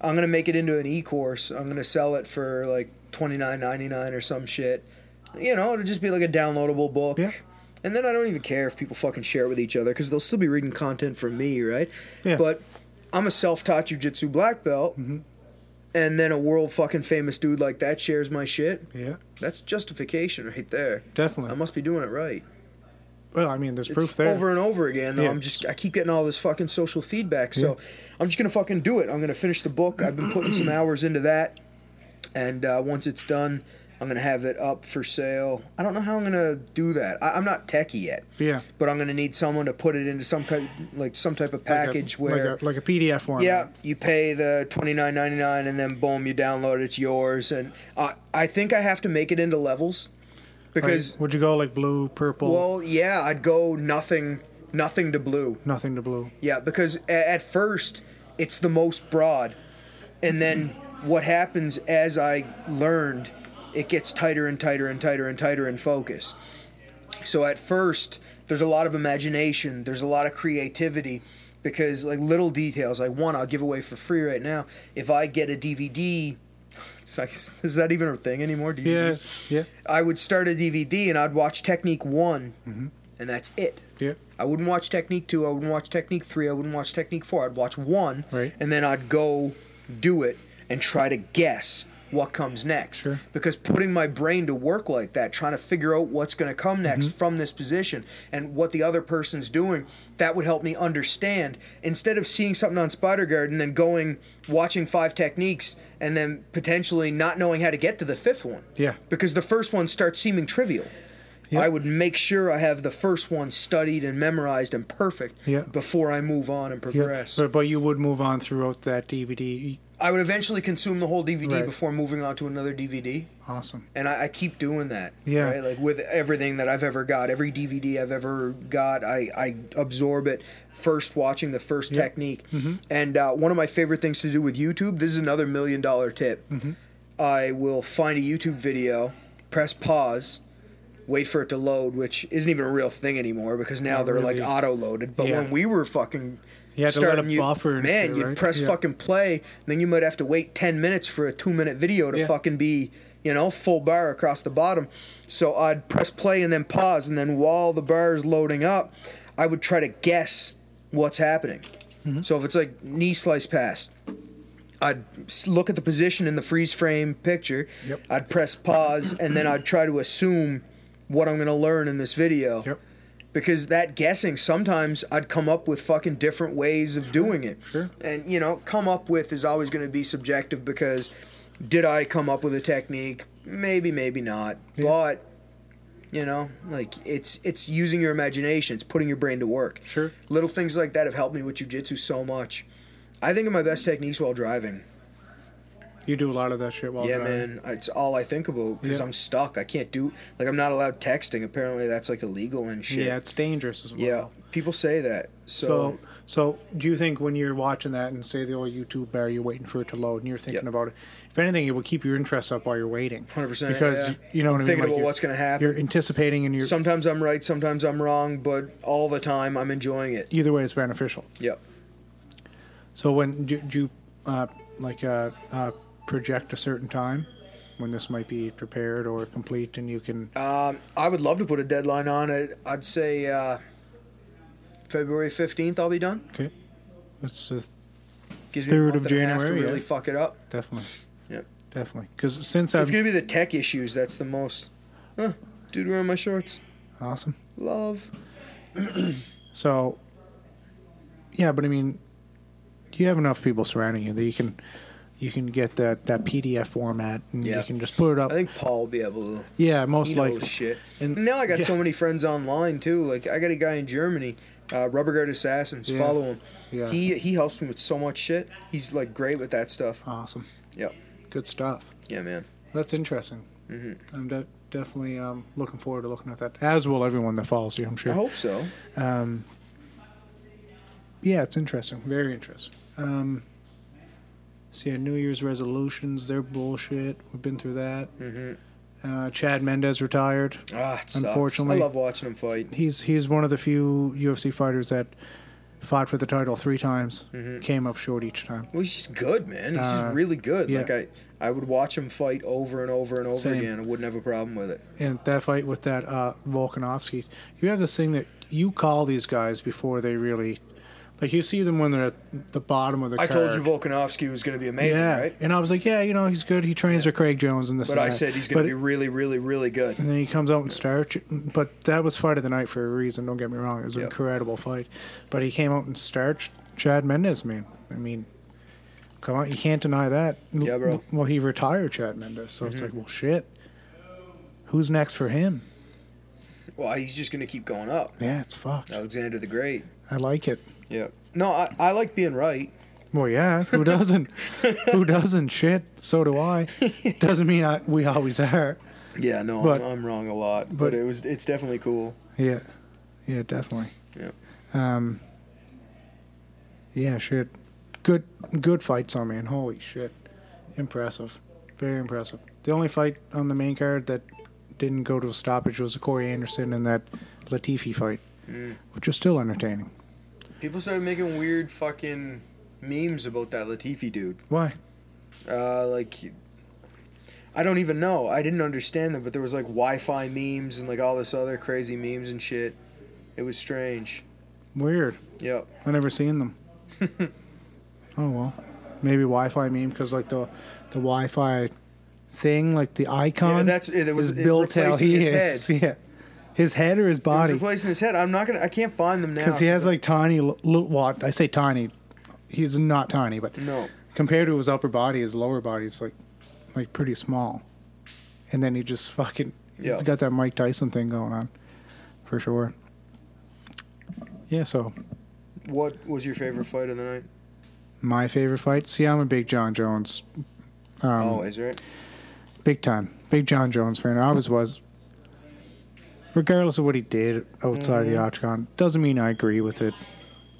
Speaker 2: I'm gonna make it into an e-course. I'm gonna sell it for like twenty nine ninety nine or some shit. You know, it'll just be like a downloadable book.
Speaker 1: Yeah.
Speaker 2: And then I don't even care if people fucking share it with each other because they'll still be reading content from me, right?
Speaker 1: Yeah. Mm-hmm.
Speaker 2: But I'm a self-taught jujitsu black belt, and then a world fucking famous dude like that shares my shit.
Speaker 1: Yeah,
Speaker 2: That's justification right there. I
Speaker 1: definitely.
Speaker 2: must be doing it right
Speaker 1: well, I mean, there's
Speaker 2: Um, it's
Speaker 1: proof there.
Speaker 2: over and over again. Though
Speaker 1: Yeah.
Speaker 2: I'm just I keep getting all this fucking social feedback, so I'm just gonna fucking do it. I'm gonna finish the book. I've been putting some hours into that, and uh, once it's done, I'm gonna have it up for sale. I don't know how I'm gonna do that. I, I'm not techie yet,
Speaker 1: yeah.
Speaker 2: but I'm gonna need someone to put it into some type like some type of package
Speaker 1: like a,
Speaker 2: where.
Speaker 1: like a, like a PDF format.
Speaker 2: yeah, you pay the twenty nine ninety nine, and then boom, you download it, it's yours. And I, I think I have to make it into levels, because
Speaker 1: Right. would you go like blue, purple,
Speaker 2: well, yeah, I'd go nothing, nothing to blue.
Speaker 1: nothing to blue?
Speaker 2: Yeah, because a- at first it's the most broad, and then what happens as I learned, it gets tighter and tighter and tighter and tighter in focus. So at first there's a lot of imagination, there's a lot of creativity, because like little details, like one I'll give away for free right now. If I get a DVD, <laughs> it's like, is that even a thing anymore? DVDs?
Speaker 1: Yeah, yeah,
Speaker 2: I would start a DVD and I'd watch Technique One, and that's it.
Speaker 1: yeah.
Speaker 2: I wouldn't watch Technique 2, I wouldn't watch Technique 3, I wouldn't watch Technique 4. I'd watch one,
Speaker 1: Right.
Speaker 2: and then I'd go do it and try to guess what comes next.
Speaker 1: Sure.
Speaker 2: Because putting my brain to work like that, trying to figure out what's going to come
Speaker 1: Mm-hmm.
Speaker 2: next from this position and what the other person's doing, that would help me understand. Instead of seeing something on Spider Guard and then going, watching five techniques, and then potentially not knowing how to get to the fifth one.
Speaker 1: Yeah.
Speaker 2: Because the first one starts seeming trivial.
Speaker 1: Yeah.
Speaker 2: I would make sure I have the first one studied and memorized and perfect
Speaker 1: Yeah.
Speaker 2: before I move on and
Speaker 1: yeah.
Speaker 2: progress.
Speaker 1: But, but you would move on throughout that DVD.
Speaker 2: I would eventually consume the whole DVD
Speaker 1: Right.
Speaker 2: before moving on to another DVD,
Speaker 1: Awesome.
Speaker 2: and I, I keep doing that.
Speaker 1: Yeah.
Speaker 2: right? like with everything that I've ever got, every DVD I've ever got, I I absorb it first watching the first technique.
Speaker 1: Mm-hmm.
Speaker 2: And uh, one of my favorite things to do with YouTube, this is another million dollar tip.
Speaker 1: Mm-hmm.
Speaker 2: I will find a YouTube video, press pause. Wait for it to load, which isn't even a real thing anymore because now
Speaker 1: Not
Speaker 2: they're
Speaker 1: really.
Speaker 2: like auto loaded. But
Speaker 1: Yeah.
Speaker 2: when we were fucking
Speaker 1: You had to let
Speaker 2: starting,
Speaker 1: it
Speaker 2: you-
Speaker 1: buffer and
Speaker 2: man,
Speaker 1: shit,
Speaker 2: you
Speaker 1: right?
Speaker 2: press
Speaker 1: Yeah.
Speaker 2: fucking play, and then you might have to wait ten minutes for a two minute video to
Speaker 1: Yeah.
Speaker 2: fucking be, you know, full bar across the bottom. So I'd press play and then pause, and then while the bar is loading up, I would try to guess what's happening.
Speaker 1: Mm-hmm.
Speaker 2: So if it's like knee slice pass, I'd s- look at the position in the freeze frame picture.
Speaker 1: Yep.
Speaker 2: I'd press pause, and then I'd try to assume what I'm going to learn in this video
Speaker 1: Yep.
Speaker 2: because that guessing sometimes I'd come up with fucking different ways of doing it.
Speaker 1: sure.
Speaker 2: And you know, come up with is always going to be subjective because did I come up with a technique? Maybe, maybe not.
Speaker 1: Yeah.
Speaker 2: But you know, like it's it's using your imagination, it's putting your brain to work.
Speaker 1: Sure.
Speaker 2: Little things like that have helped me with jujitsu so much. I think of my best techniques while driving.
Speaker 1: You do a lot of that shit while
Speaker 2: yeah,
Speaker 1: driving.
Speaker 2: man, it's all I think about because
Speaker 1: Yeah.
Speaker 2: I'm stuck. I can't do like I'm not allowed texting. Apparently, that's like illegal and shit.
Speaker 1: Yeah, it's dangerous as well.
Speaker 2: Yeah, people say that. So,
Speaker 1: So, so do you think when you're watching that and say the old YouTube bar, you're waiting for it to load and you're thinking
Speaker 2: Yep.
Speaker 1: about it? If anything, it will keep your interest up while you're waiting.
Speaker 2: 100%,
Speaker 1: Because
Speaker 2: yeah.
Speaker 1: you know what I mean.
Speaker 2: thinking about
Speaker 1: you're-
Speaker 2: what's gonna happen.
Speaker 1: You're anticipating, and you're
Speaker 2: sometimes I'm right, sometimes I'm wrong, but all the time I'm enjoying it.
Speaker 1: either way, it's beneficial.
Speaker 2: Yep.
Speaker 1: So when do, do you uh, like uh, uh, project a certain time when this might be prepared or complete, and you can?
Speaker 2: Um, I would love to put a deadline on it. I'd say uh, February 15th, I'll be done.
Speaker 1: Okay, that's just
Speaker 2: Gives
Speaker 1: Third
Speaker 2: me a month
Speaker 1: of
Speaker 2: and a half
Speaker 1: January,
Speaker 2: to really
Speaker 1: yeah.
Speaker 2: fuck it up.
Speaker 1: definitely.
Speaker 2: Yep.
Speaker 1: Definitely, because since
Speaker 2: It's
Speaker 1: I've
Speaker 2: going to be the tech issues that's the most. Huh, dude wearing my shorts.
Speaker 1: awesome.
Speaker 2: Love.
Speaker 1: So, yeah, but I mean, you have enough people surrounding you that you can you can get that that PDF format and
Speaker 2: Yeah.
Speaker 1: you can just put it
Speaker 2: I
Speaker 1: up.
Speaker 2: think Paul will be able to.
Speaker 1: yeah, most
Speaker 2: He
Speaker 1: likely.
Speaker 2: knows shit.
Speaker 1: and-
Speaker 2: now I got
Speaker 1: yeah.
Speaker 2: so many friends online too. Like I got a guy in Germany, uh, Rubber Guard Assassins.
Speaker 1: Yeah.
Speaker 2: Follow him.
Speaker 1: Yeah.
Speaker 2: He he helps me with so much shit. He's like great with that stuff.
Speaker 1: Awesome.
Speaker 2: Yep.
Speaker 1: Good stuff.
Speaker 2: Yeah, man.
Speaker 1: That's interesting.
Speaker 2: Mhm.
Speaker 1: I'm de- definitely um, looking forward to looking at that. As will everyone that follows you, I'm
Speaker 2: I
Speaker 1: sure.
Speaker 2: hope so.
Speaker 1: Um, yeah, it's interesting. Very interesting. Um, see, so yeah, New Year's resolutions, they're bullshit. We've been through that.
Speaker 2: Mm-hmm.
Speaker 1: Uh, Chad Mendez retired.
Speaker 2: Ah, it sucks.
Speaker 1: Unfortunately-
Speaker 2: I love watching him fight.
Speaker 1: he's he's one of the few UFC fighters that fought for the title three times, came up short each time.
Speaker 2: Mm-hmm. Well, he's just good, man. He's
Speaker 1: Uh,
Speaker 2: just really good.
Speaker 1: yeah.
Speaker 2: Like I, I would watch him fight over and over and over
Speaker 1: Same.
Speaker 2: again. I wouldn't have a problem with it.
Speaker 1: And that fight with that uh, Volkanovski, you have this thing that you call these guys before they really, like you see them when they're at the bottom of the.
Speaker 2: I told
Speaker 1: card.
Speaker 2: you Volkanovski was going to be amazing,
Speaker 1: yeah,
Speaker 2: right?
Speaker 1: and I was like, yeah, you know, he's good. He trains with Craig Jones and this.
Speaker 2: But
Speaker 1: and
Speaker 2: I
Speaker 1: that.
Speaker 2: said he's going
Speaker 1: But-
Speaker 2: to be really, really, really good.
Speaker 1: And then he comes out and starts. But that was fight of the night for a reason. Don't get me wrong; it was an
Speaker 2: Yep.
Speaker 1: incredible fight. But he came out and starched Chad Mendez, man. I mean, come on, you can't deny that.
Speaker 2: Yeah, bro. Mm-hmm.
Speaker 1: Well, he retired Chad Mendez, so it's like, well, shit. Who's next for him?
Speaker 2: Well, he's just going to keep going up.
Speaker 1: Yeah, it's fucked.
Speaker 2: Alexander the Great.
Speaker 1: I like it.
Speaker 2: Yeah. No, I, I like being
Speaker 1: <laughs>
Speaker 2: right.
Speaker 1: Well, yeah, who
Speaker 2: <laughs>
Speaker 1: doesn't? who doesn't? Shit, so do I. Doesn't mean I, we always are.
Speaker 2: Yeah, no,
Speaker 1: But-
Speaker 2: I'm, I'm wrong a lot, but,
Speaker 1: but-
Speaker 2: it was it's definitely cool.
Speaker 1: Yeah, yeah, definitely.
Speaker 2: Yeah.
Speaker 1: Um. Yeah, shit. Good, good fights on man. Holy shit, impressive, very impressive. The only fight on the main card that didn't go to a stoppage was the Corey Anderson and that Latifi fight,
Speaker 2: Mm.
Speaker 1: which was still entertaining.
Speaker 2: People started making weird fucking memes about that Latifi dude.
Speaker 1: Why?
Speaker 2: Uh, like, I don't even know. I didn't understand them, but there was like Wi-Fi memes and like all this other crazy memes and shit. It was strange.
Speaker 1: Weird. <laughs>
Speaker 2: Yep.
Speaker 1: I never seen them. oh well, maybe Wi-Fi meme because like the the Wi-Fi thing, like the icon.
Speaker 2: yeah, that's it. It was
Speaker 1: is
Speaker 2: it
Speaker 1: built how
Speaker 2: replacing
Speaker 1: he
Speaker 2: his
Speaker 1: is. <laughs>
Speaker 2: head.
Speaker 1: Yeah, his head or his
Speaker 2: It was
Speaker 1: body.
Speaker 2: replacing his head. I'm not gonna. I can't find them now.
Speaker 1: because he has like tiny l- l- well i say tiny he's not tiny but
Speaker 2: no.
Speaker 1: compared to his upper body his lower body is like like pretty small and then he just fucking
Speaker 2: Yeah.
Speaker 1: he's got that mike tyson thing going on for sure yeah so
Speaker 2: What was your favorite fight of the night?
Speaker 1: my favorite fight. See, I'm a big John Jones, um,
Speaker 3: oh, is it?
Speaker 1: big time, big John Jones fan. I always was. Regardless of what he did outside the octagon, doesn't mean I agree with it.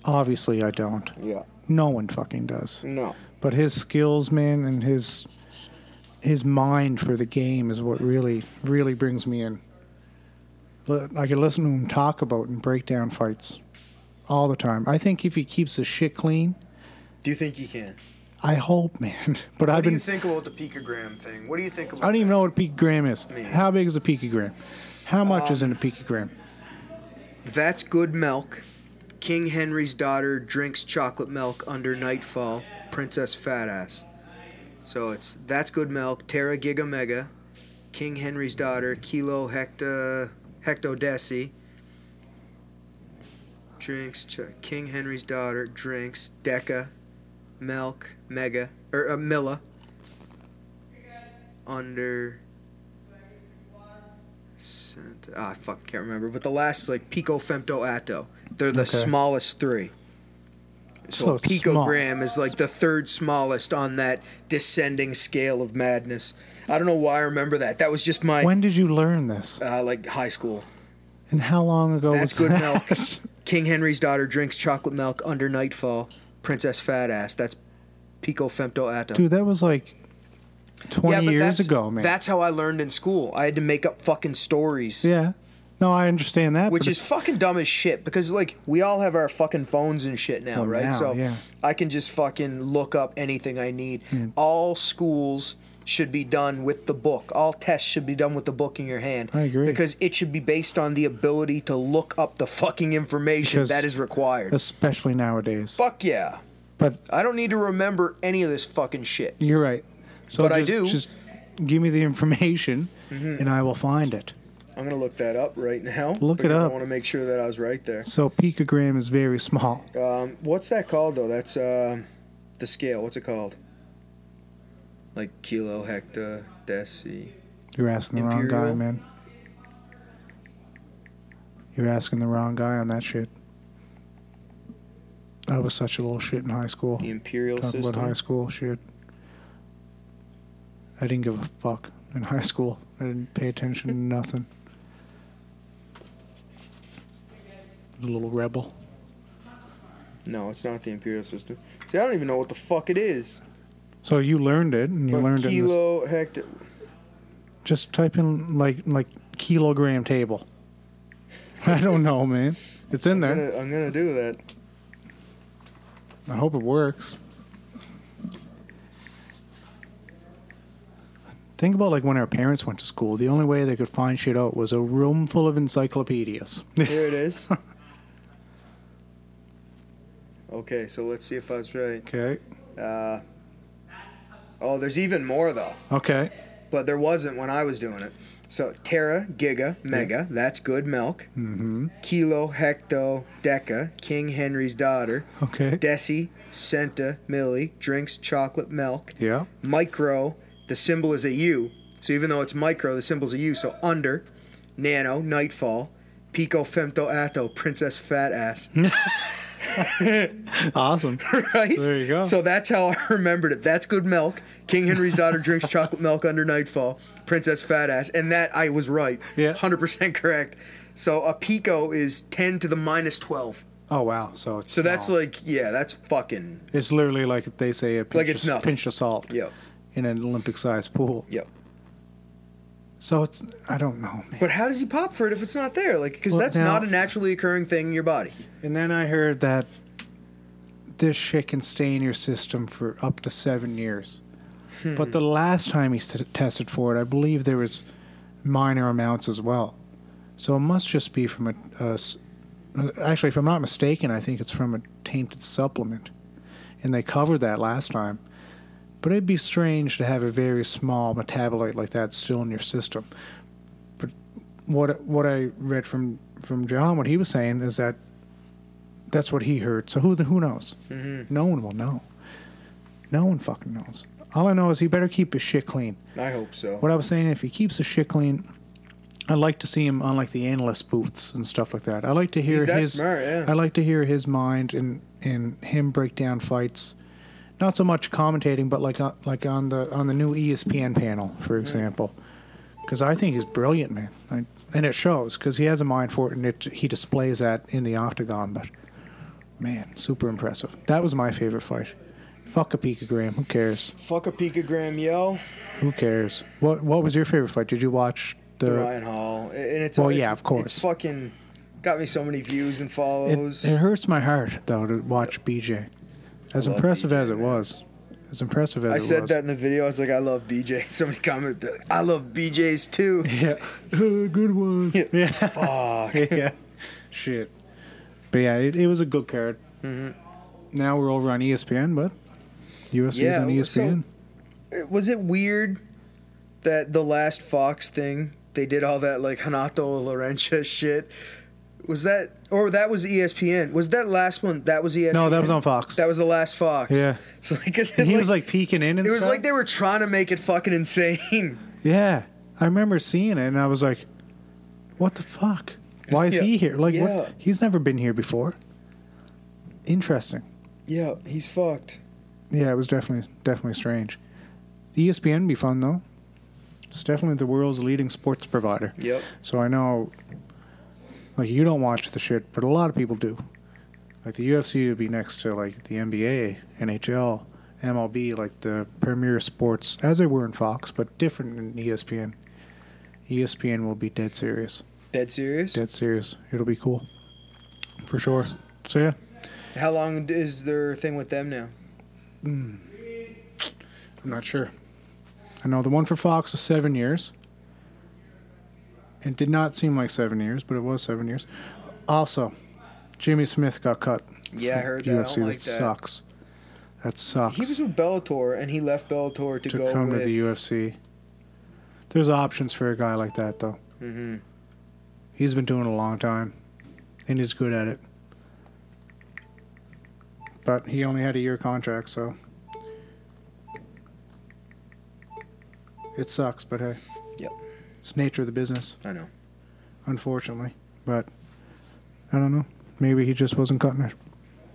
Speaker 1: Obviously, I don't.
Speaker 3: Yeah.
Speaker 1: No one fucking does.
Speaker 3: No.
Speaker 1: But his skills, man, and his his mind for the game is what really really brings me in. Li- I could listen to him talk about and break down fights all the time. I think if he keeps his shit clean,
Speaker 2: Do you think you can?
Speaker 1: I hope, man. <laughs> But
Speaker 2: What
Speaker 1: I've
Speaker 2: do
Speaker 1: been
Speaker 2: you think about the picogram thing? What do you think about?
Speaker 1: I don't even
Speaker 2: that?
Speaker 1: know what a picogram is.
Speaker 2: Me neither.
Speaker 1: How big is a picogram? How much
Speaker 2: Um,
Speaker 1: is in a picogram?
Speaker 2: That's good milk. King Henry's daughter drinks chocolate milk under nightfall. Princess fat ass. So it's that's good milk. Terra giga mega. King Henry's daughter kilo hecta hectodeci. Drinks ch- King Henry's daughter drinks deca milk mega or uh, milla under Cent- ah, I fuck, can't remember. But the last is like pico, femto, atto. They're the
Speaker 1: Okay.
Speaker 2: smallest three. So,
Speaker 1: So
Speaker 2: a
Speaker 1: it's small.
Speaker 2: picogram is like the third smallest on that descending scale of madness. I don't know why I remember that. That was just my
Speaker 1: When did you learn this?
Speaker 2: uh, like high school.
Speaker 1: And how long ago was
Speaker 2: That's good
Speaker 1: that?
Speaker 2: milk. King Henry's daughter drinks chocolate milk under nightfall. Princess fat ass. That's pico, femto, atto.
Speaker 1: <laughs> Dude, that was like 20 years
Speaker 2: that's,
Speaker 1: ago, man.
Speaker 2: That's how I learned in school. I had to make up fucking stories.
Speaker 1: yeah. No, I understand that.
Speaker 2: which
Speaker 1: but
Speaker 2: is fucking dumb as shit because like we all have our fucking phones and shit now,
Speaker 1: Well,
Speaker 2: right?
Speaker 1: now,
Speaker 2: so
Speaker 1: yeah.
Speaker 2: I can just fucking look up anything I need. All schools should be done with the book. All tests should be done with the book in your hand.
Speaker 1: I agree.
Speaker 2: Because it should be based on the ability to look up the fucking information
Speaker 1: Because
Speaker 2: that is required.
Speaker 1: especially nowadays.
Speaker 2: Fuck yeah.
Speaker 1: But
Speaker 2: I don't need to remember any of this fucking shit.
Speaker 1: you're right. So
Speaker 2: But
Speaker 1: just,
Speaker 2: I do. Mm-hmm.
Speaker 1: Just give me the information, and I will find it.
Speaker 2: I'm gonna look that up right now.
Speaker 1: Look it
Speaker 2: because I
Speaker 1: up.
Speaker 2: wanna make sure that I was right there.
Speaker 1: So picogram is very small.
Speaker 2: Um, what's that called though? That's um the scale. What's it called? Like kilo, hecta, deci.
Speaker 1: You're asking the wrong guy,
Speaker 2: Imperial?
Speaker 1: man. You're asking the wrong guy on that shit. I was such a little shit in high school.
Speaker 2: The imperial
Speaker 1: Talking
Speaker 2: system.
Speaker 1: about high school shit. I didn't give a fuck in high school. I didn't pay attention
Speaker 2: <laughs>
Speaker 1: to nothing. A little rebel.
Speaker 2: No, it's not the imperial system. See, I don't even know what the fuck it is.
Speaker 1: So you learned it, and you
Speaker 2: But
Speaker 1: learned it. in this-
Speaker 2: kilo, hecta.
Speaker 1: just type in like like kilogram table. <laughs> I don't know, man. It's in
Speaker 2: I'm
Speaker 1: there.
Speaker 2: gonna, I'm gonna do that.
Speaker 1: I hope it works. Think about like when our parents went to school. The only way they could find shit out was a room full of encyclopedias. <laughs>
Speaker 2: Here it is. okay, so let's see if I was right.
Speaker 1: okay.
Speaker 2: Uh, oh, there's even more though.
Speaker 1: Okay.
Speaker 2: but there wasn't when I was doing it. So Terra, Giga, Mega, that's good milk.
Speaker 1: Mm-hmm.
Speaker 2: Kilo, Hecto, Deca, King Henry's daughter.
Speaker 1: Okay.
Speaker 2: Deci, Centa, Millie, drinks chocolate milk.
Speaker 1: yeah.
Speaker 2: Micro, the symbol is a U. So even though it's micro, the symbol's a U. So under, Nano, Nightfall, Pico, Femto, Atto, Princess Fat Ass.
Speaker 1: Awesome.
Speaker 2: <laughs> right?
Speaker 1: There you go.
Speaker 2: So that's how I <laughs> remembered it. That's good milk. King Henry's daughter <laughs> drinks chocolate milk under nightfall. Princess fat ass, and that I was right.
Speaker 1: Yeah.
Speaker 2: hundred percent correct. So a pico is ten to the minus twelve.
Speaker 1: <laughs> Oh wow. So it's
Speaker 2: So that's
Speaker 1: small.
Speaker 2: like yeah, that's fucking
Speaker 1: it's literally like they say a pinch,
Speaker 2: Like it's
Speaker 1: of,
Speaker 2: nothing.
Speaker 1: pinch of salt
Speaker 2: yeah,
Speaker 1: in an Olympic-sized pool.
Speaker 2: yeah.
Speaker 1: So it's I don't know, man.
Speaker 2: But how does he pop for it if it's not there? Like because
Speaker 1: Well,
Speaker 2: that's
Speaker 1: now-
Speaker 2: not a naturally occurring thing in your body.
Speaker 1: And then I heard that this shit can stay in your system for up to seven years. But the last time he s- tested for it, I believe there was minor amounts as well. So it must just be from a, a s- uh, actually, if I'm not mistaken, I think it's from a tainted supplement, and they covered that last time. But it'd be strange to have a very small metabolite like that still in your system. But what what I read from from John, what he was saying is that that's what he heard. So who the who knows? No one will know. No one fucking knows. All I know is he better keep his shit clean.
Speaker 2: I hope so.
Speaker 1: What I was saying, if he keeps his shit clean, I like to see him on like the analyst booths and stuff like that. I like to hear
Speaker 2: He's that
Speaker 1: his.
Speaker 2: smart, yeah.
Speaker 1: I like to hear his mind and and him break down fights, not so much commentating, but like on, like on the on the new E ESPN panel, for example, because I think he's brilliant, man, I, and it shows because he has a mind for it, and it, he displays that in the octagon. But man, super impressive. That was my favorite fight. Fuck a Pika Graham. Who cares?
Speaker 2: Fuck a picogram, yo.
Speaker 1: Who cares? What What was your favorite fight? Did you watch the?
Speaker 2: Ryan Hall, and it's
Speaker 1: Well,
Speaker 2: it's-
Speaker 1: yeah, of course.
Speaker 2: It's fucking got me so many views and
Speaker 1: It,
Speaker 2: follows.
Speaker 1: it hurts my heart though to watch BJ. As
Speaker 3: I love
Speaker 1: impressive
Speaker 3: BJ,
Speaker 1: as it
Speaker 3: man.
Speaker 1: was, as impressive as
Speaker 2: I
Speaker 1: it
Speaker 2: said
Speaker 1: was.
Speaker 2: that in the video. I was like, I love BJ. <laughs> Somebody commented, that, I love
Speaker 1: <laughs>
Speaker 2: BJ's too.
Speaker 1: <laughs> Yeah. good one.
Speaker 2: Yeah.
Speaker 1: Yeah. <laughs>
Speaker 2: Fuck.
Speaker 1: yeah. Shit. But yeah, it, it was a good card. Mm-hmm. Now we're over on ESPN, but USC's
Speaker 2: Yeah,
Speaker 1: on E
Speaker 2: well,
Speaker 1: ESPN.
Speaker 2: Was it weird that the last Fox thing they did all that like Hanato Laurentia <laughs> shit? Was that or that was E ESPN? Was that last one? That was E ESPN.
Speaker 1: no, that was on Fox.
Speaker 2: That was the last Fox.
Speaker 1: Yeah.
Speaker 2: <laughs> So like, 'cause it,
Speaker 1: and he was like peeking in and
Speaker 2: it was
Speaker 1: stuff.
Speaker 2: like they were trying to make it fucking insane. <laughs>
Speaker 1: yeah, I remember seeing it, and I was like, "What the fuck? Why is
Speaker 2: Yeah.
Speaker 1: he here? Like,
Speaker 2: Yeah.
Speaker 1: what? He's never been here before." Interesting.
Speaker 2: yeah, he's fucked.
Speaker 1: Yeah, it was definitely definitely strange. E ESPN be fun though. It's definitely the world's leading sports provider.
Speaker 2: Yep.
Speaker 1: So I know, like, you don't watch the shit, but a lot of people do. Like, the UFC would be next to, like, the NBA, NHL, MLB, like, the premier sports, as they were in Fox, but different E in ESPN. ESPN will be dead serious.
Speaker 2: Dead serious.
Speaker 1: Dead serious. It'll be cool. For sure. So, yeah.
Speaker 2: How long is their thing with them now?
Speaker 1: I'm not sure. I know the one for Fox was seven years. It did not seem like seven years, but it was seven years. Also, Jimmy Smith got cut.
Speaker 2: Yeah, I
Speaker 1: from
Speaker 2: heard that. I
Speaker 1: UFC.
Speaker 2: don't like that.
Speaker 1: sucks. That sucks.
Speaker 2: He was with Bellator, and he left Bellator to,
Speaker 1: to
Speaker 2: go
Speaker 1: come
Speaker 2: with.
Speaker 1: to the UFC. There's options for a guy like that, though.
Speaker 2: Mhm.
Speaker 1: He's been doing it a long time, and he's good at it. But he only had a year contract, so it sucks. But hey,
Speaker 2: Yep.
Speaker 1: it's nature of the business,
Speaker 2: I know.
Speaker 1: unfortunately. But I don't know. Maybe he just wasn't cutting it.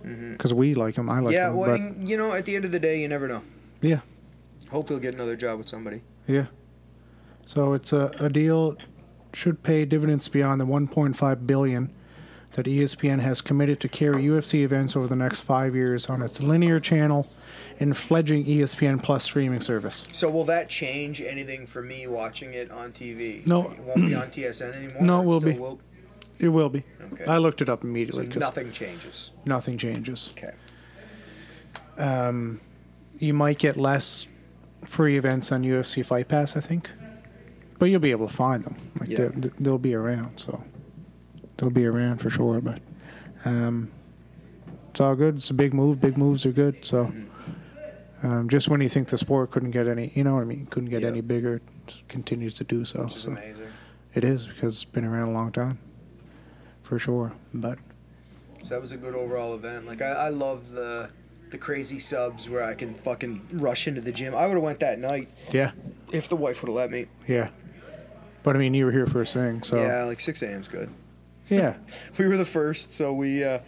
Speaker 2: Mm-hmm.
Speaker 1: Because we like him, I like
Speaker 2: yeah,
Speaker 1: him.
Speaker 2: well,
Speaker 1: but
Speaker 2: and, you know, at the end of the day, you never know.
Speaker 1: Yeah.
Speaker 2: Hope he'll get another job with somebody.
Speaker 1: So it's a, a deal should pay dividends beyond the 1.5 billion that E ESPN has committed to carry UFC events over the next five years on its linear channel and E fledgling ESPN Plus streaming service.
Speaker 2: So will that change anything for me watching it on TV?
Speaker 1: No.
Speaker 2: It won't be on TSN
Speaker 1: <clears throat>
Speaker 2: anymore.
Speaker 1: No, it will
Speaker 2: still
Speaker 1: be.
Speaker 2: Will?
Speaker 1: It will be.
Speaker 2: Okay.
Speaker 1: I looked it up
Speaker 2: so
Speaker 1: immediately 'cause
Speaker 2: nothing changes.
Speaker 1: nothing changes.
Speaker 2: Okay.
Speaker 1: Um, you might get less free events on UFC Fight Pass, I think, but you'll be able to find them. Like
Speaker 2: Yeah.
Speaker 1: they'll, they'll be around, so they'll be around for sure. But um, it's all good. It's a big move. Big moves are good. So um, just when you think the sport couldn't get any, you know what I mean, couldn't get
Speaker 2: Yeah.
Speaker 1: any bigger, it just continues to do so.
Speaker 2: Which is
Speaker 1: so.
Speaker 2: amazing.
Speaker 1: It is because it's been around a long time, for sure. But
Speaker 2: So that was a good overall event. Like I, I love the the crazy subs where I can fucking rush into the gym. I would have went that night
Speaker 1: yeah,
Speaker 2: if the wife would have let me.
Speaker 1: yeah. But I mean, you were here first thing, so
Speaker 2: Yeah, like 6 a.m. is good.
Speaker 1: yeah.
Speaker 2: We were the first, so we uh,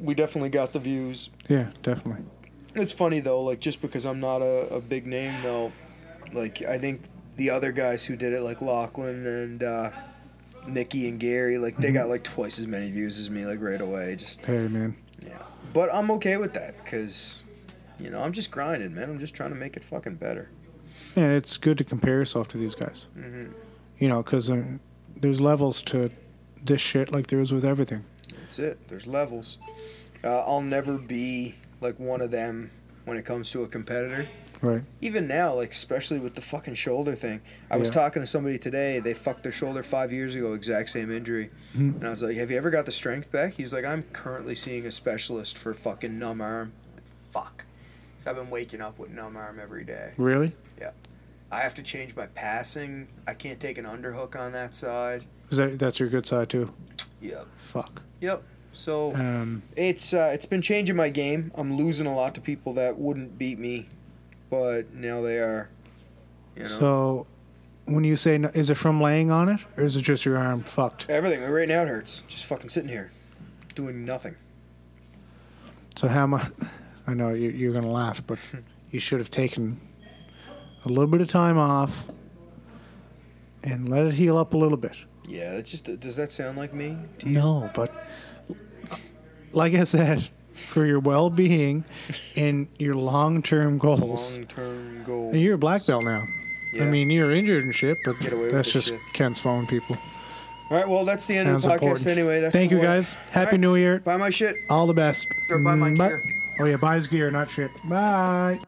Speaker 2: we definitely got the views.
Speaker 1: Yeah, definitely.
Speaker 2: It's funny though, like just because I'm not a, a big name though, like I think the other guys who did it, like Lachlan and uh, Nikki and Gary, like they got like twice as many views as me, like right away. Just
Speaker 1: Hey, man.
Speaker 2: but I'm okay with that because you know I'm just grinding, man. I'm just trying to make it fucking better.
Speaker 1: And it's good to compare yourself to these guys.
Speaker 2: Mhm.
Speaker 1: You know, because uh, there's levels to this shit, like there is with everything.
Speaker 2: That's it. There's levels. Uh, I'll never be like one of them when it comes to a competitor.
Speaker 1: Right.
Speaker 2: Even now, like especially with the fucking shoulder thing, I was
Speaker 1: Yeah.
Speaker 2: talking to somebody today. They fucked their shoulder five years ago, exact same injury,
Speaker 1: Hmm.
Speaker 2: and I was like, "Have you ever got the strength back?" He's like, "I'm currently seeing a specialist for fucking numb arm." Fuck. So I've been waking up with numb arm every day.
Speaker 1: Really?
Speaker 2: I have to change my passing. I can't take an underhook on that side.
Speaker 1: Is that that's your good side too?
Speaker 2: Yep.
Speaker 1: Fuck.
Speaker 2: So
Speaker 1: Um.
Speaker 2: it's uh, it's been changing my game. I'm losing a lot to people that wouldn't beat me, but now they are. You know.
Speaker 1: So, when you say, n- is it from laying on it, or is it just your arm fucked?
Speaker 2: Everything right now it hurts. Just fucking sitting here, doing nothing.
Speaker 1: So how much? <laughs> I know you, you're going to laugh, but you should have taken a little bit of time off and let it heal up a little bit.
Speaker 2: Yeah, that just does that sound like me? to you?
Speaker 1: No, but like I said, for your well-being and your long-term goals.
Speaker 2: Long-term goal.
Speaker 1: And you're a black belt now. I
Speaker 2: Yeah.
Speaker 1: mean, you're injured and shit, but
Speaker 2: Get away with
Speaker 1: that's
Speaker 2: this
Speaker 1: just
Speaker 2: shit.
Speaker 1: Ken's phone, people.
Speaker 2: All right, well, that's the end
Speaker 1: Sounds
Speaker 2: of the podcast
Speaker 1: important.
Speaker 2: anyway. That's
Speaker 1: Thank
Speaker 2: the
Speaker 1: you
Speaker 2: one.
Speaker 1: guys.
Speaker 2: All
Speaker 1: Happy
Speaker 2: right,
Speaker 1: New Year.
Speaker 2: Buy my shit.
Speaker 1: All the best.
Speaker 4: Or buy my
Speaker 1: Mm,
Speaker 4: gear.
Speaker 1: Oh yeah, buy his gear, not shit. Bye.